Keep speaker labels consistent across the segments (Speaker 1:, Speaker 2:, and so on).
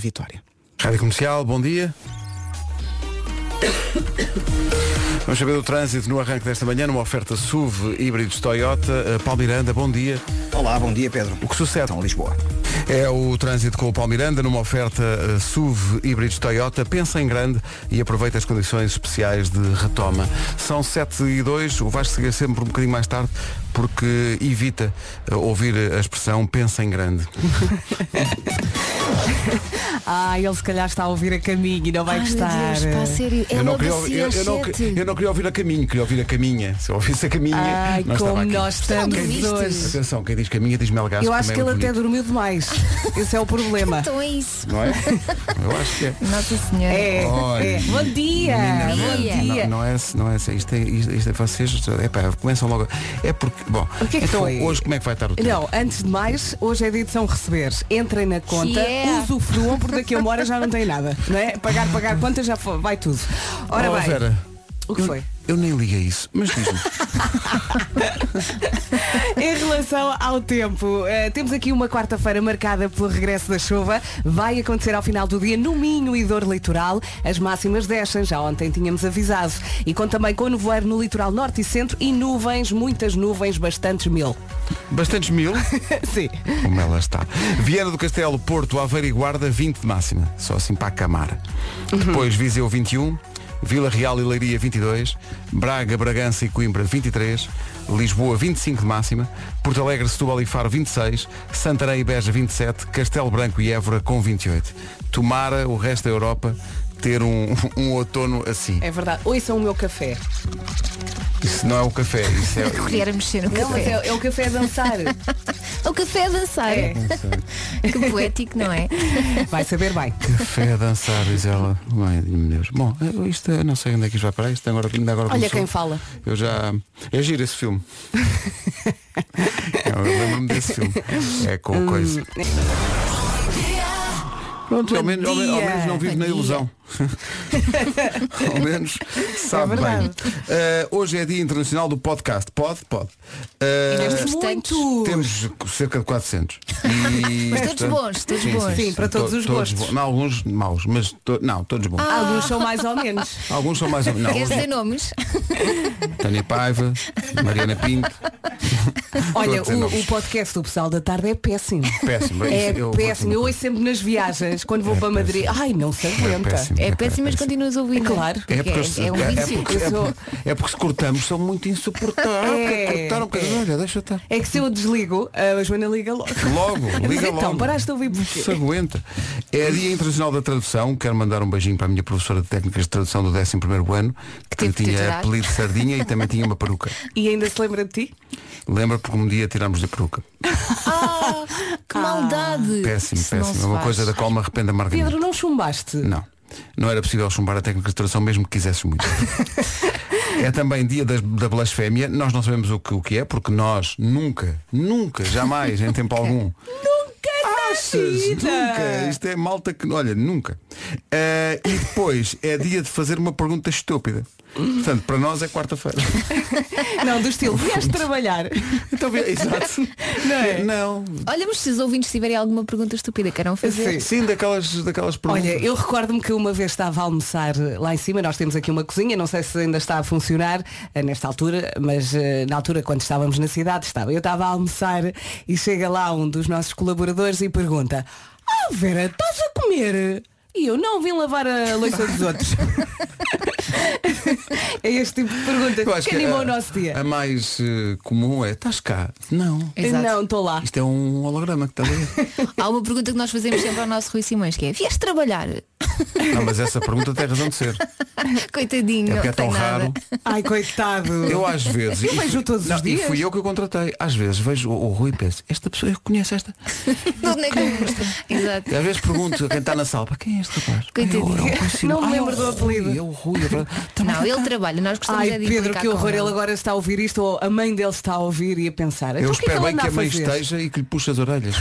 Speaker 1: Vitória.
Speaker 2: Rádio Comercial, bom dia. Vamos saber do trânsito no arranque desta manhã, numa oferta SUV híbridos Toyota. Palmiranda, bom dia.
Speaker 3: Olá, bom dia Pedro.
Speaker 2: O que sucede?
Speaker 3: Então, Lisboa.
Speaker 2: É o trânsito com o Palmiranda numa oferta eh, SUV híbridos Toyota. Pensa em grande e aproveita as condições especiais de retoma. São 7 e 2, o Vasco seguir sempre um bocadinho mais tarde porque evita eh, ouvir a expressão pensa em grande.
Speaker 4: Ah, ele se calhar está a ouvir a caminho e não vai
Speaker 5: Ai, meu
Speaker 4: gostar.
Speaker 5: Deus, pá, a É sério. Ela
Speaker 2: queria,
Speaker 5: descia
Speaker 2: eu,
Speaker 5: às
Speaker 2: eu não,
Speaker 5: sete.
Speaker 2: eu não queria ouvir a caminho, queria ouvir a caminha. Se eu ouvisse a caminha,
Speaker 4: Ai,
Speaker 2: não estava
Speaker 4: como
Speaker 2: aqui.
Speaker 4: nós estamos
Speaker 5: Quem diz
Speaker 4: hoje.
Speaker 5: isto?
Speaker 2: Atenção, quem diz caminha diz melgaço.
Speaker 4: Eu acho que
Speaker 2: também
Speaker 4: ele
Speaker 2: é
Speaker 4: até
Speaker 2: bonito.
Speaker 4: dormiu demais. Esse é o problema.
Speaker 5: Então é isso.
Speaker 2: Não é? Eu acho que é.
Speaker 5: Nossa Senhora.
Speaker 4: É,
Speaker 2: Olha.
Speaker 4: é. Bom dia!
Speaker 5: Menina,
Speaker 4: Bom
Speaker 5: não,
Speaker 4: dia!
Speaker 2: Não, não é, não é isto é, isto, isto é vocês, epá, começam logo. É porque, bom,
Speaker 4: O que é que
Speaker 2: então
Speaker 4: foi?
Speaker 2: hoje como é que vai estar o tempo?
Speaker 4: Não, antes de mais, hoje é de edição receber. Entrem na conta,
Speaker 5: Yeah.
Speaker 4: usufruam, porque daqui a uma hora já não tem nada. Não é? Pagar, pagar quantas já foi, vai tudo. Ora
Speaker 2: Oh,
Speaker 4: bem,
Speaker 2: Vera,
Speaker 4: o que
Speaker 2: eu,
Speaker 4: foi?
Speaker 2: Eu nem liguei isso, mas diz-me.
Speaker 4: Em relação ao tempo, eh, temos aqui uma quarta-feira marcada pelo regresso da chuva. Vai acontecer ao final do dia no Minho e Dor Litoral. As máximas descem, já ontem tínhamos avisado. E com também com nevoeiro no litoral norte e centro e nuvens, muitas nuvens, bastantes mil.
Speaker 2: Bastantes mil,
Speaker 4: Sim.
Speaker 2: como ela está. Viana do Castelo, Porto, Aveiro e Guarda, 20 de máxima. Só assim para acamar. Depois Viseu 21, Vila Real e Leiria 22, Braga, Bragança e Coimbra 23, Lisboa 25 de máxima, Porto Alegre, Setúbal e Faro 26, Santarém e Beja 27, Castelo Branco e Évora com 28. Tomara o resto da Europa ter um, um outono assim.
Speaker 4: É verdade. Ouçam o meu café.
Speaker 2: Isso não é o café, isso é...
Speaker 5: Colher a mexer no
Speaker 4: Não, mas
Speaker 5: café.
Speaker 4: é, é o café a dançar.
Speaker 5: O café a dançar.
Speaker 4: É.
Speaker 5: Que poético, não é?
Speaker 4: Vai saber bem.
Speaker 2: Café a dançar, diz ela. Mãe, meu Deus. Bom, eu- isto eu não sei onde é que isto vai parar. Isto agora, ainda agora
Speaker 4: Olha
Speaker 2: começou.
Speaker 4: quem fala.
Speaker 2: Eu já. É giro esse filme. Eu lembro-me desse filme. É
Speaker 4: Hum.
Speaker 2: com coisa. Pronto, ao menos, ao, menos, ao
Speaker 4: dia.
Speaker 2: menos não vivo na ilusão. ao menos sabe
Speaker 4: É
Speaker 2: bem.
Speaker 4: verdade.
Speaker 2: Eh, hoje é Dia Internacional do Podcast. Pode? Pode. Eh,
Speaker 5: E nós
Speaker 4: Muito!
Speaker 2: temos cerca de 400. E,
Speaker 5: Mas todos bons, todos bons.
Speaker 4: Sim, para todos
Speaker 2: to-
Speaker 4: os gostos.
Speaker 2: bons. Não, alguns maus, mas to- não, todos bons.
Speaker 4: Alguns são mais ou menos.
Speaker 2: Alguns são mais ou menos.
Speaker 5: Queres Ah. dizer nomes?
Speaker 2: Tânia Paiva, Mariana Pinto.
Speaker 4: Olha,
Speaker 2: Estou a dizer
Speaker 4: o,
Speaker 2: nomes.
Speaker 4: o podcast do pessoal da tarde é péssimo.
Speaker 2: é Péssimo,
Speaker 4: É
Speaker 2: isso eu- É
Speaker 4: péssimo. Eu ouço sempre nas viagens, quando vou para Madrid. Ai, não se aguenta.
Speaker 2: péssimo.
Speaker 5: É péssimo, mas continuas ouvindo.
Speaker 4: Claro.
Speaker 5: Porque
Speaker 2: porque se-
Speaker 5: é, é um
Speaker 2: é
Speaker 5: vício.
Speaker 2: porque- é porque- é porque se cortamos são muito insuportáveis.
Speaker 4: É,
Speaker 2: cortaram, porque-
Speaker 4: é.
Speaker 2: olha, deixa estar.
Speaker 4: É que se eu desligo, a Joana liga logo.
Speaker 2: Logo,
Speaker 4: Mas
Speaker 2: liga
Speaker 4: então,
Speaker 2: logo.
Speaker 4: paraste de ouvir porquê?
Speaker 2: Se aguenta. É Dia Internacional da Tradução. Quero mandar um beijinho para a minha professora de Técnicas de Tradução do 11º ano, que,
Speaker 5: teve de te
Speaker 2: tinha
Speaker 5: tirar.
Speaker 2: apelido de Sardinha e também tinha uma peruca.
Speaker 4: E ainda se lembra de ti?
Speaker 2: Lembra porque um dia tirámos de peruca.
Speaker 5: Ah, que maldade.
Speaker 2: Péssimo,
Speaker 5: Isso não Eh,
Speaker 2: péssimo.
Speaker 5: se
Speaker 2: É uma
Speaker 5: faz.
Speaker 2: coisa da qual me arrependo amargamente.
Speaker 4: Pedro, não chumbaste?
Speaker 2: Não. Não era possível chumbar a técnica de tradução mesmo que quisesse muito. é também dia das- da blasfémia. Nós não sabemos o que, o que é, porque nós nunca, nunca, jamais, em tempo algum.
Speaker 4: na
Speaker 2: Achas?
Speaker 4: vida!
Speaker 2: Nunca! Isto é malta que. Olha, nunca. Eh, e depois é dia de fazer uma pergunta estúpida. Portanto, para nós é quarta-feira.
Speaker 4: Não, do estilo, vieste trabalhar.
Speaker 2: Então, vi- exato.
Speaker 4: Não é?
Speaker 2: Não.
Speaker 5: Olha, mas se os ouvintes tiverem alguma pergunta estúpida que queiram fazer.
Speaker 2: Sim, daquelas, daquelas perguntas.
Speaker 4: Olha, eu recordo-me que uma vez estava a almoçar eh, lá em cima, nós temos aqui uma cozinha, não sei se ainda está a funcionar eh, nesta altura, mas eh, na altura quando estávamos na cidade estava. Eu estava a almoçar e chega lá um dos nossos colaboradores e pergunta, ah Vera, estás a comer? E eu não vim lavar a louça dos outros. é este tipo de pergunta
Speaker 2: Eu é
Speaker 4: que, animou o nosso
Speaker 2: a
Speaker 4: dia.
Speaker 2: mais eh, comum é, estás cá? Não.
Speaker 5: Exato.
Speaker 4: Não, estou lá.
Speaker 2: Isto é um holograma que está ali.
Speaker 5: Há uma pergunta que nós fazemos sempre ao nosso Rui Simões, que é vieste trabalhar?
Speaker 2: Não, mas essa pergunta tem razão de ser.
Speaker 5: Coitadinho, não
Speaker 2: É porque é
Speaker 5: tem
Speaker 2: tão
Speaker 5: nada.
Speaker 2: raro.
Speaker 4: Ai, coitado.
Speaker 2: Eu às vezes.
Speaker 4: Eu
Speaker 2: e
Speaker 4: vejo
Speaker 2: fui-
Speaker 4: todos os
Speaker 2: não,
Speaker 4: dias.
Speaker 2: E fui eu que o contratei. Às vezes vejo o, o Rui e penso, esta pessoa, eu conheço esta.
Speaker 5: De onde é que eu gosto? Exato.
Speaker 2: E às vezes pergunto a quem está na sala, "Pá, quem é este rapaz?
Speaker 5: Coitadinho.
Speaker 2: Ah, eu- eu conheci-
Speaker 4: Não me
Speaker 2: Ah, é o
Speaker 4: lembro do
Speaker 2: Rui,
Speaker 4: apelido.
Speaker 2: É o Rui. é verdade. Também
Speaker 5: Não, ele trabalha, nós gostamos
Speaker 4: Ai
Speaker 5: é de
Speaker 4: Pedro,
Speaker 5: implicar
Speaker 4: que
Speaker 5: com
Speaker 4: horror,
Speaker 5: ele.
Speaker 4: ele agora está a ouvir isto, ou a mãe dele está a ouvir e a pensar.
Speaker 2: Eu
Speaker 4: então, o que é
Speaker 2: espero
Speaker 4: que
Speaker 2: bem
Speaker 4: ela
Speaker 2: que a
Speaker 4: anda
Speaker 2: mãe
Speaker 4: fazer?
Speaker 2: esteja e que lhe puxe as orelhas.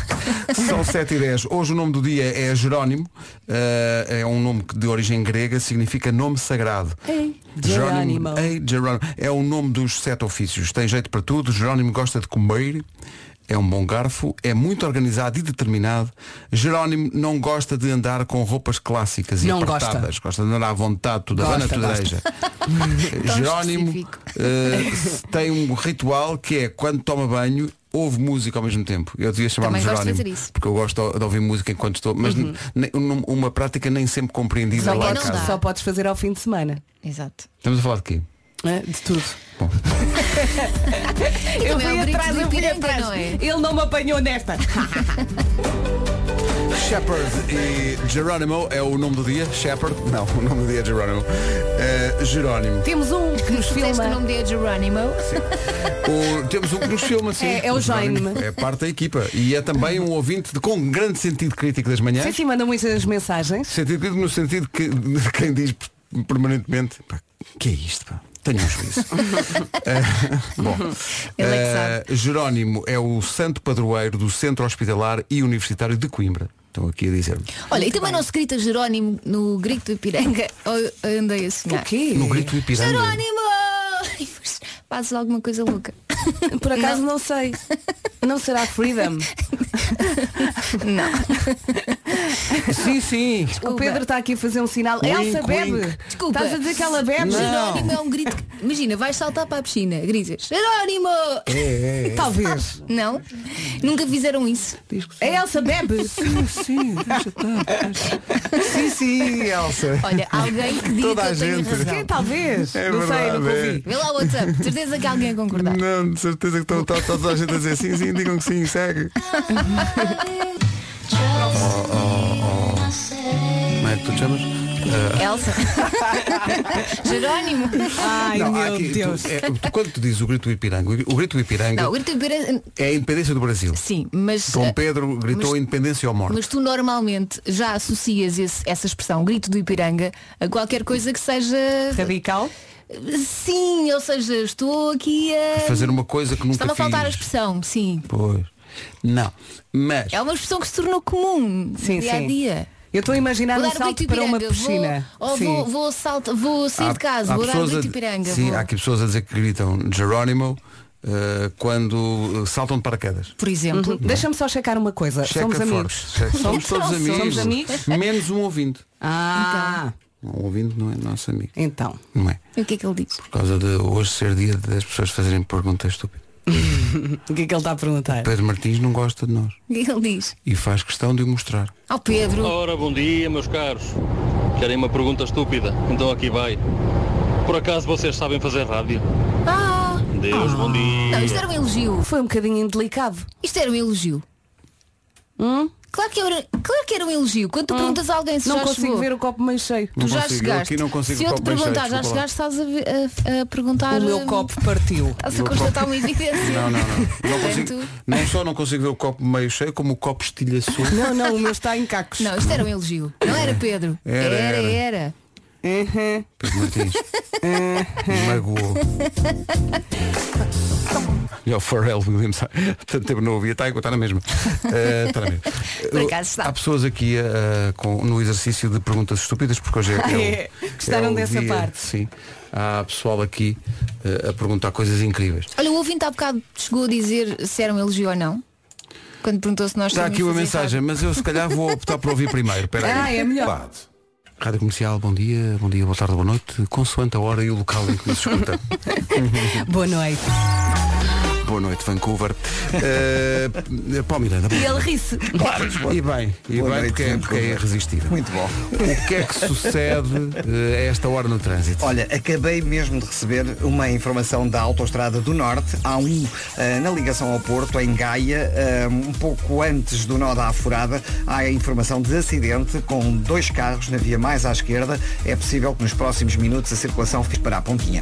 Speaker 2: São 7 e 10. Hoje o nome do dia é Jerónimo. Eh, é um nome que de origem grega, significa nome sagrado.
Speaker 4: Ei, Jerónimo.
Speaker 2: um Ei, Jerónimo. É o nome dos sete ofícios. Tem jeito para tudo. Jerónimo gosta de comer. é um bom garfo, é muito organizado e determinado. Jerónimo não gosta de andar com roupas clássicas e
Speaker 4: Não gosta.
Speaker 2: apertadas. Gosta. de andar à vontade, tudo
Speaker 4: Gosta,
Speaker 2: Havana, tudo
Speaker 4: gosta.
Speaker 2: areja.
Speaker 5: Tão
Speaker 2: Jerónimo
Speaker 5: específico.
Speaker 2: eh, tem um ritual que é quando toma banho ouve música ao mesmo tempo. Eu devia chamar-me
Speaker 5: Também gosto de
Speaker 2: Jerónimo,
Speaker 5: fazer isso. Uhum.
Speaker 2: porque eu gosto de ouvir música enquanto estou, mas ne- um- uma prática nem sempre compreendida
Speaker 5: Só
Speaker 2: lá
Speaker 5: quem
Speaker 2: em
Speaker 5: não
Speaker 2: casa.
Speaker 5: dá.
Speaker 4: Só podes fazer ao fim de semana.
Speaker 5: Exato.
Speaker 2: Estamos a falar de quê?
Speaker 4: né? De tudo.
Speaker 2: Bom.
Speaker 5: E também é o Brito do Ipiranga, não é?
Speaker 4: Ele não me apanhou nesta.
Speaker 2: Shepard e Geronimo é o nome do dia. Shepard? Não, o nome do dia é Geronimo. Eh, Jerónimo.
Speaker 4: Temos um que nos
Speaker 5: Disseste que o
Speaker 4: filma.
Speaker 5: nome dele é Geronimo.
Speaker 2: O- temos um que nos filma, sim.
Speaker 4: É- é o
Speaker 2: Jerónimo.
Speaker 4: Jaime.
Speaker 2: É parte da equipa. E é também um ouvinte de- com grande sentido crítico das manhãs.
Speaker 4: Sim, sim, mandam muitas mensagens.
Speaker 2: Sentido crítico no sentido que, de quem diz permanentemente, pá, que é isto, pá? Tenho um juízo. Eh, bom,
Speaker 5: Ele é que
Speaker 2: eh, Jerónimo é o santo padroeiro do Centro Hospitalar e Universitário de Coimbra. Estão aqui a dizer
Speaker 5: Olha, e também não se grita Jerónimo no grito do Ipiranga. Ou andei a sonhar.
Speaker 4: O quê?
Speaker 2: No grito Ipiranga.
Speaker 5: Jerónimo! E depois Fazes alguma coisa louca.
Speaker 4: Por acaso não. sei. Não será Freedom.
Speaker 2: Sim, sim.
Speaker 4: O Pedro está aqui a fazer um sinal.
Speaker 2: Wink,
Speaker 4: Elsa bebe.
Speaker 2: wink.
Speaker 5: Desculpa.
Speaker 4: Estás a dizer que ela bebe?
Speaker 2: Não.
Speaker 5: Jerónimo é um grito. que- Imagina, vais saltar para a piscina, gritas Jerónimo!
Speaker 2: É.
Speaker 4: Talvez.
Speaker 5: Não? Nunca fizeram isso.
Speaker 4: A Elsa bebe.
Speaker 2: Sim, sim, deixa tá, Sim,
Speaker 4: tá.
Speaker 2: sim, Elsa.
Speaker 5: Olha, alguém que diga
Speaker 2: Toda
Speaker 5: que
Speaker 2: a
Speaker 5: eu tenho
Speaker 2: gente.
Speaker 5: razão.
Speaker 4: Quem talvez?
Speaker 2: É
Speaker 4: não sei, nunca
Speaker 2: verdade,
Speaker 4: ouvi.
Speaker 5: Vê lá o WhatsApp, de certeza que alguém a concordar.
Speaker 2: Não, de certeza que estão está- está toda a gente a dizer sim, sim, digam que sim, segue. Como é que tu te chamas?
Speaker 5: Elsa. Jerónimo.
Speaker 4: Ai
Speaker 2: Não, há
Speaker 4: meu
Speaker 2: aqui, tu-
Speaker 4: Deus.
Speaker 2: é, tu- quando tu dizes o grito do Ipiranga, o grito do Ipiranga
Speaker 5: Não, o grito do Ipiranga.
Speaker 2: é a independência do Brasil.
Speaker 5: Sim, mas. eh,
Speaker 2: Dom Pedro gritou
Speaker 5: mas-
Speaker 2: independência ou morte.
Speaker 5: Mas tu normalmente já associas esse- essa expressão, grito do Ipiranga, a qualquer coisa que seja.
Speaker 4: Radical.
Speaker 5: Sim, ou seja, estou aqui a.
Speaker 2: Fazer uma coisa que nunca
Speaker 5: Estava a faltar a
Speaker 2: fiz.
Speaker 5: expressão, sim.
Speaker 2: Pois. Não, mas
Speaker 5: É uma expressão que se tornou comum
Speaker 4: Sim,
Speaker 5: dia
Speaker 4: sim.
Speaker 5: a dia.
Speaker 4: Eu estou a imaginar um
Speaker 5: Vou dar o
Speaker 4: salto
Speaker 5: grito
Speaker 4: para uma
Speaker 5: Ipiranga,
Speaker 4: piscina.
Speaker 5: Vou, ou
Speaker 4: Sim.
Speaker 5: vou, vou, salto, vou sair de casa, vou dar o
Speaker 2: pessoas a-
Speaker 5: grito Ipiranga.
Speaker 2: Sim,
Speaker 5: vou-
Speaker 2: há aqui pessoas a dizer que gritam Jerónimo eh, quando eh, saltam de paraquedas.
Speaker 5: Por exemplo.
Speaker 4: Deixa-me só checar uma coisa.
Speaker 2: Checa
Speaker 4: Somos
Speaker 2: forte.
Speaker 4: amigos.
Speaker 2: Checa- Somos todos
Speaker 4: Somos
Speaker 2: amigos.
Speaker 4: amigos?
Speaker 2: Menos um ouvinte.
Speaker 4: Ah,
Speaker 2: Um ouvinte não é nosso amigo.
Speaker 4: então.
Speaker 2: Não é.
Speaker 5: E o que é que ele diz?
Speaker 2: Por causa de hoje ser dia das pessoas fazerem perguntas estúpidas.
Speaker 4: O que é que ele está a perguntar?
Speaker 2: Pedro Martins não gosta de nós.
Speaker 5: O que é que ele diz?
Speaker 2: E faz questão de o mostrar.
Speaker 5: Ao Pedro.
Speaker 6: Oh.
Speaker 1: Ora, bom dia, meus caros. Querem uma pergunta estúpida? Então aqui vai. Por acaso vocês sabem fazer rádio?
Speaker 5: Ah!
Speaker 1: Deus, bom dia.
Speaker 5: Não, isto era um elogio.
Speaker 4: Foi um bocadinho indelicado.
Speaker 5: Isto era um elogio. Claro, que era, claro que era um elogio. Quando tu perguntas a alguém se
Speaker 4: Hum? Não
Speaker 5: já
Speaker 4: consigo
Speaker 5: chegou,
Speaker 4: ver o copo meio cheio.
Speaker 5: tu
Speaker 2: Não
Speaker 5: já
Speaker 2: consigo, eu
Speaker 5: chegaste.
Speaker 2: aqui não consigo
Speaker 5: se eu te
Speaker 2: copo bem
Speaker 5: perguntar,
Speaker 2: cheio,
Speaker 5: já
Speaker 2: desculpa lá.
Speaker 5: chegaste, estás a, ver- a- a perguntar.
Speaker 4: O meu
Speaker 5: hum,
Speaker 4: copo partiu.
Speaker 5: Estás a constatar uma evidência.
Speaker 2: Não, não, não. Não, consigo-
Speaker 5: Portanto,
Speaker 2: não só não consigo ver o copo meio cheio, como o copo estilhaçou.
Speaker 4: Não, não, o meu está em cacos.
Speaker 5: não, isto era um elogio. Não era Pedro.
Speaker 2: Era,
Speaker 5: era.
Speaker 2: era.
Speaker 5: era.
Speaker 4: Uhum.
Speaker 2: Pedro Martins. Magoou. E o Pharrell Williams, há tanto tempo não ouvia, está, está na mesma. Eh, está na mesma.
Speaker 5: Por acaso está.
Speaker 2: Há pessoas aqui eh, com- no exercício de perguntas estúpidas, porque hoje é,
Speaker 4: Ah,
Speaker 2: o-
Speaker 4: é. Gostaram
Speaker 2: o
Speaker 4: dessa
Speaker 2: dia,
Speaker 4: parte.
Speaker 2: Sim. Há pessoal aqui eh, a perguntar coisas incríveis.
Speaker 5: Olha, o ouvinte há bocado chegou a dizer se era um elogio ou não. Quando perguntou se nós
Speaker 2: Está
Speaker 5: sabíamos
Speaker 2: aqui uma
Speaker 5: fazer
Speaker 2: mensagem, mas eu se calhar vou optar por ouvir primeiro. Espera aí.
Speaker 4: Ah, é melhor.
Speaker 2: Rádio Comercial, bom dia, bom dia, boa tarde, boa noite, consoante a hora e o local em que nos escuta.
Speaker 4: Boa noite.
Speaker 2: boa noite, Vancouver. Uh, Paulo Miranda, bom
Speaker 4: E
Speaker 2: dia.
Speaker 4: ele ri-se.
Speaker 2: E bem, e
Speaker 3: Boa
Speaker 2: bem
Speaker 3: noite,
Speaker 2: porque, é, porque é irresistível.
Speaker 3: Muito bom.
Speaker 2: O que é que sucede eh, a esta hora no trânsito?
Speaker 3: Olha, acabei mesmo de receber uma informação da Autostrada do Norte. Há um eh, na ligação ao Porto, em Gaia, eh, um pouco antes do nó da Afurada, há a informação de acidente com dois carros na via mais à esquerda. É possível que nos próximos minutos a circulação fique para a pontinha.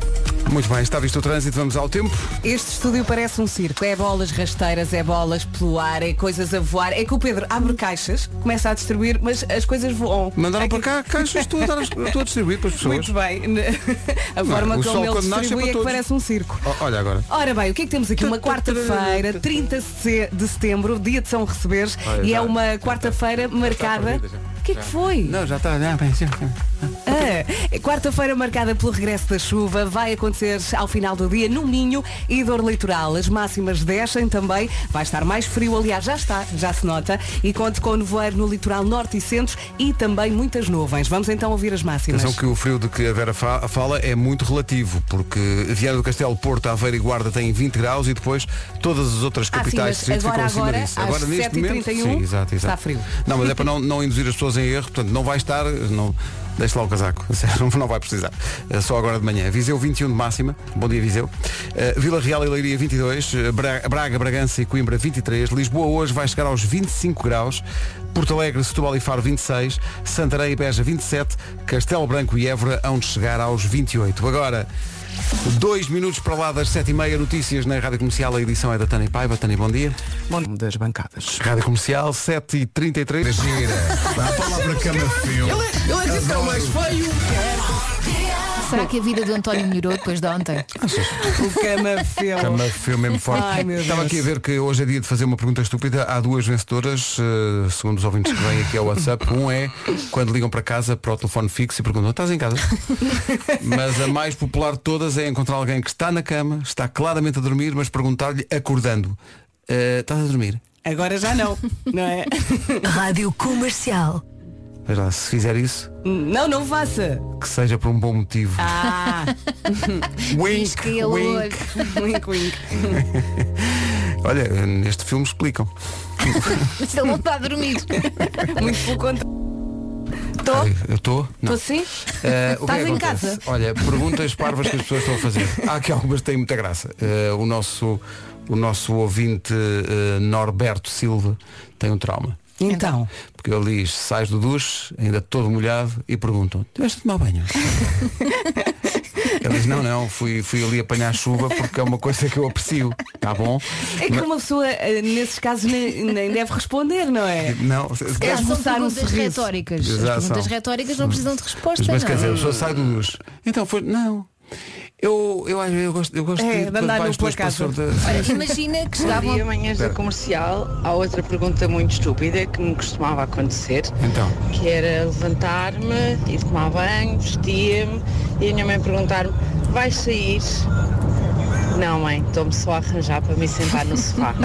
Speaker 2: Muito bem, está visto o trânsito, vamos ao tempo.
Speaker 4: Este estúdio parece um circo. É bolas rasteiras, é bolas pelo ar, é coisas a voar. É que o Pedro abre caixas, começa a distribuir, mas as coisas voam.
Speaker 2: Mandaram para cá caixas, estou a, dar, estou a distribuir para as pessoas.
Speaker 4: Muito bem. né? A forma
Speaker 2: o sol
Speaker 4: como ele
Speaker 2: quando nasce é
Speaker 4: distribui
Speaker 2: para
Speaker 4: é que
Speaker 2: todos.
Speaker 4: parece um circo.
Speaker 2: O- Olha agora.
Speaker 4: Ora bem, o que é que temos aqui? Uma quarta-feira, 30 se- de setembro, dia de São Receberes,
Speaker 2: Olha,
Speaker 4: e
Speaker 2: Ah, já-
Speaker 4: é uma quarta-feira marcada.
Speaker 2: perdida, já.
Speaker 4: O que é que foi?
Speaker 2: Não, já está, já bem, sim.
Speaker 4: A Ah, Quarta-feira marcada pelo regresso da chuva vai acontecer ao final do dia no Minho e Dor Litoral. As máximas descem também, vai estar mais frio, aliás já está, já se nota, e conte com nevoeiro no litoral norte e centro e também muitas nuvens. Vamos então ouvir as máximas.
Speaker 2: Atenção que o frio de que a Vera fa- fala é muito relativo, porque Viana do Castelo, Porto, Aveiro e Guarda têm 20 graus e depois todas as outras
Speaker 4: Ah, sim,
Speaker 2: capitais
Speaker 4: mas
Speaker 2: de distrito
Speaker 4: agora,
Speaker 2: ficam acima
Speaker 4: agora,
Speaker 2: disso.
Speaker 4: às 7h31,
Speaker 2: sim, exato, exato.
Speaker 4: está frio.
Speaker 2: Não, mas é para não, não induzir as pessoas em erro, portanto não vai estar, não, deixe lá o casaco, não- não vai precisar. É Só agora de manhã. Viseu 21 de máxima, bom dia Viseu. Eh, Vila Real e Leiria 22, eh, Bra- Braga, Bragança e Coimbra 23, Lisboa hoje vai chegar aos 25 graus, Porto Alegre, Setúbal e Faro 26, Santarém e Beja 27, Castelo Branco e Évora hão de chegar aos 28. Agora, dois minutos para lá das 7h30, notícias na Rádio Comercial, a edição é da Tânia Paiva. Tânia, bom dia.
Speaker 7: Bom, das bancadas.
Speaker 2: Rádio Comercial 7h33.
Speaker 8: Gira. A palavra cama fio.
Speaker 7: Ele é que é o mais feio.
Speaker 5: Será que a vida do António melhorou depois de ontem?
Speaker 4: O camafeu.
Speaker 2: Cama feu mesmo forte.
Speaker 4: Ai, meu Deus.
Speaker 2: Estava aqui a ver que hoje é dia de fazer uma pergunta estúpida. Há duas vencedoras, eh, segundo os ouvintes que vêm aqui ao WhatsApp. Um é quando ligam para casa para o telefone fixo e perguntam, estás em casa? mas a mais popular de todas é encontrar alguém que está na cama, está claramente a dormir, mas perguntar-lhe acordando. "Eh, estás a dormir?
Speaker 4: Agora já não, não é?
Speaker 9: Rádio Comercial.
Speaker 2: Mas lá, se fizer isso,
Speaker 4: Não, não faça.
Speaker 2: que seja por um bom motivo.
Speaker 4: Ah,
Speaker 2: wink,
Speaker 5: Pisca ele o olho.
Speaker 2: wink.
Speaker 4: wink, wink.
Speaker 2: Olha, neste filme explicam.
Speaker 5: Se ele não está a dormir.
Speaker 4: Muito pelo contrário. Estou?
Speaker 2: Ai, Eh, Eu estou?
Speaker 4: Estou sim?
Speaker 2: Eh, o que
Speaker 4: Oh. Estás
Speaker 2: é que
Speaker 4: em
Speaker 2: acontece?
Speaker 4: casa?
Speaker 2: Olha, perguntas parvas que as pessoas estão a fazer. Há aqui algumas que têm muita graça. Eh, o, nosso, o nosso ouvinte eh, Norberto Silva tem um trauma.
Speaker 4: Então.
Speaker 2: Porque ele diz, sais do duche, ainda todo molhado, e perguntam, tiveste de tomar banho? ele diz, não, não, fui, fui ali apanhar chuva porque é uma coisa que eu aprecio. Está bom?
Speaker 4: É que uma pessoa, eh, nesses casos, nem, nem deve responder, não é?
Speaker 2: Não,
Speaker 5: Já são
Speaker 4: esboçar um
Speaker 5: perguntas
Speaker 4: sorriso.
Speaker 5: retóricas.
Speaker 2: Exato,
Speaker 5: As perguntas
Speaker 2: são.
Speaker 5: retóricas não precisam de resposta,
Speaker 2: Mas, mas
Speaker 5: não. é?
Speaker 2: quer dizer, a pessoa sai do luz. Então foi. Não. Eu, eu, eu, eu gosto, eu gosto
Speaker 4: É,
Speaker 2: de,
Speaker 4: de andar
Speaker 2: quando vais
Speaker 4: no
Speaker 2: depois para
Speaker 4: placar.
Speaker 2: o sorte-
Speaker 5: Olha, imagina que
Speaker 10: Bom dia,
Speaker 5: chegavam
Speaker 10: manhãs da comercial. Há outra pergunta muito estúpida que me costumava acontecer,
Speaker 2: Então.
Speaker 10: que era levantar-me, ir tomar banho, vestia-me e a minha mãe perguntar-me, vais sair? Não, mãe, estou-me só a arranjar para me sentar no sofá.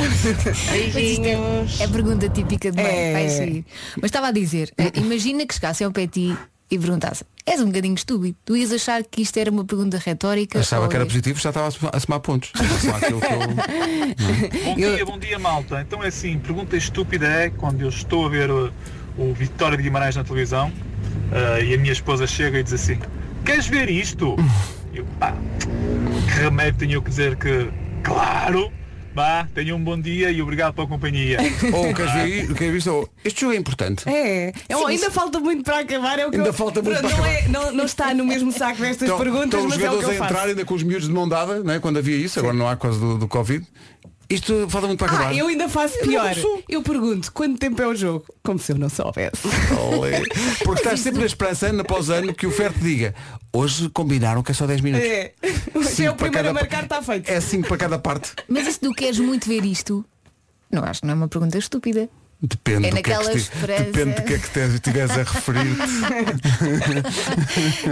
Speaker 10: Beijinhos.
Speaker 5: É a pergunta típica de mãe,
Speaker 4: É.
Speaker 5: vai sair. Mas estava a dizer, eh, imagina que chegassem ao pé de ti e perguntassem, és um bocadinho estúpido, tu ias achar que isto era uma pergunta retórica.
Speaker 2: Achava
Speaker 5: ou é?"
Speaker 2: que era
Speaker 5: ias-
Speaker 2: positivo, já estava a soma- a somar pontos. Em relação àquilo que eu-
Speaker 11: Bom dia, bom dia, malta. Então é assim, pergunta estúpida é quando eu estou a ver o, o Vitória de Guimarães na televisão ah, e a minha esposa chega e diz assim, queres ver isto? Eu, pá, que remédio tenho eu que dizer que, claro, vá, tenha um bom dia e obrigado pela companhia.
Speaker 2: Ou queres ver i- queres ver isto? Ou, Este jogo é importante.
Speaker 4: É. É, oh, ainda falta muito para acabar, é o que
Speaker 2: Ainda
Speaker 4: eu-
Speaker 2: falta muito
Speaker 4: Pronto,
Speaker 2: para
Speaker 4: não, é- não- não está no mesmo saco destas
Speaker 2: Estão-
Speaker 4: perguntas,
Speaker 2: estão Então,
Speaker 4: mas
Speaker 2: os
Speaker 4: é o que
Speaker 2: jogadores
Speaker 4: eu
Speaker 2: a entrar
Speaker 4: faço.
Speaker 2: ainda com os miúdos de mão dada, não é? quando havia isso, agora não há quase do, do Covid. Isto falta muito para acabar.
Speaker 4: Ah, eu ainda faço pior.
Speaker 2: sou.
Speaker 4: Eu pergunto, quanto tempo é o jogo? Como se eu não soubesse.
Speaker 2: Olé. Porque estás sempre na esperança, ano após ano, que o Fer te diga, hoje combinaram que é só 10 minutos.
Speaker 4: É. Se é o
Speaker 2: Cinco
Speaker 4: primeiro
Speaker 2: para
Speaker 4: a
Speaker 2: cada-
Speaker 4: marcar, está feito.
Speaker 2: É 5 para cada parte.
Speaker 5: Mas isso do queres muito ver isto? Não acho que não é uma pergunta estúpida. É
Speaker 2: Depende, do que é que
Speaker 5: naquela
Speaker 2: esti-
Speaker 5: esperança.
Speaker 2: Depende do que é que te- estiveres a referir.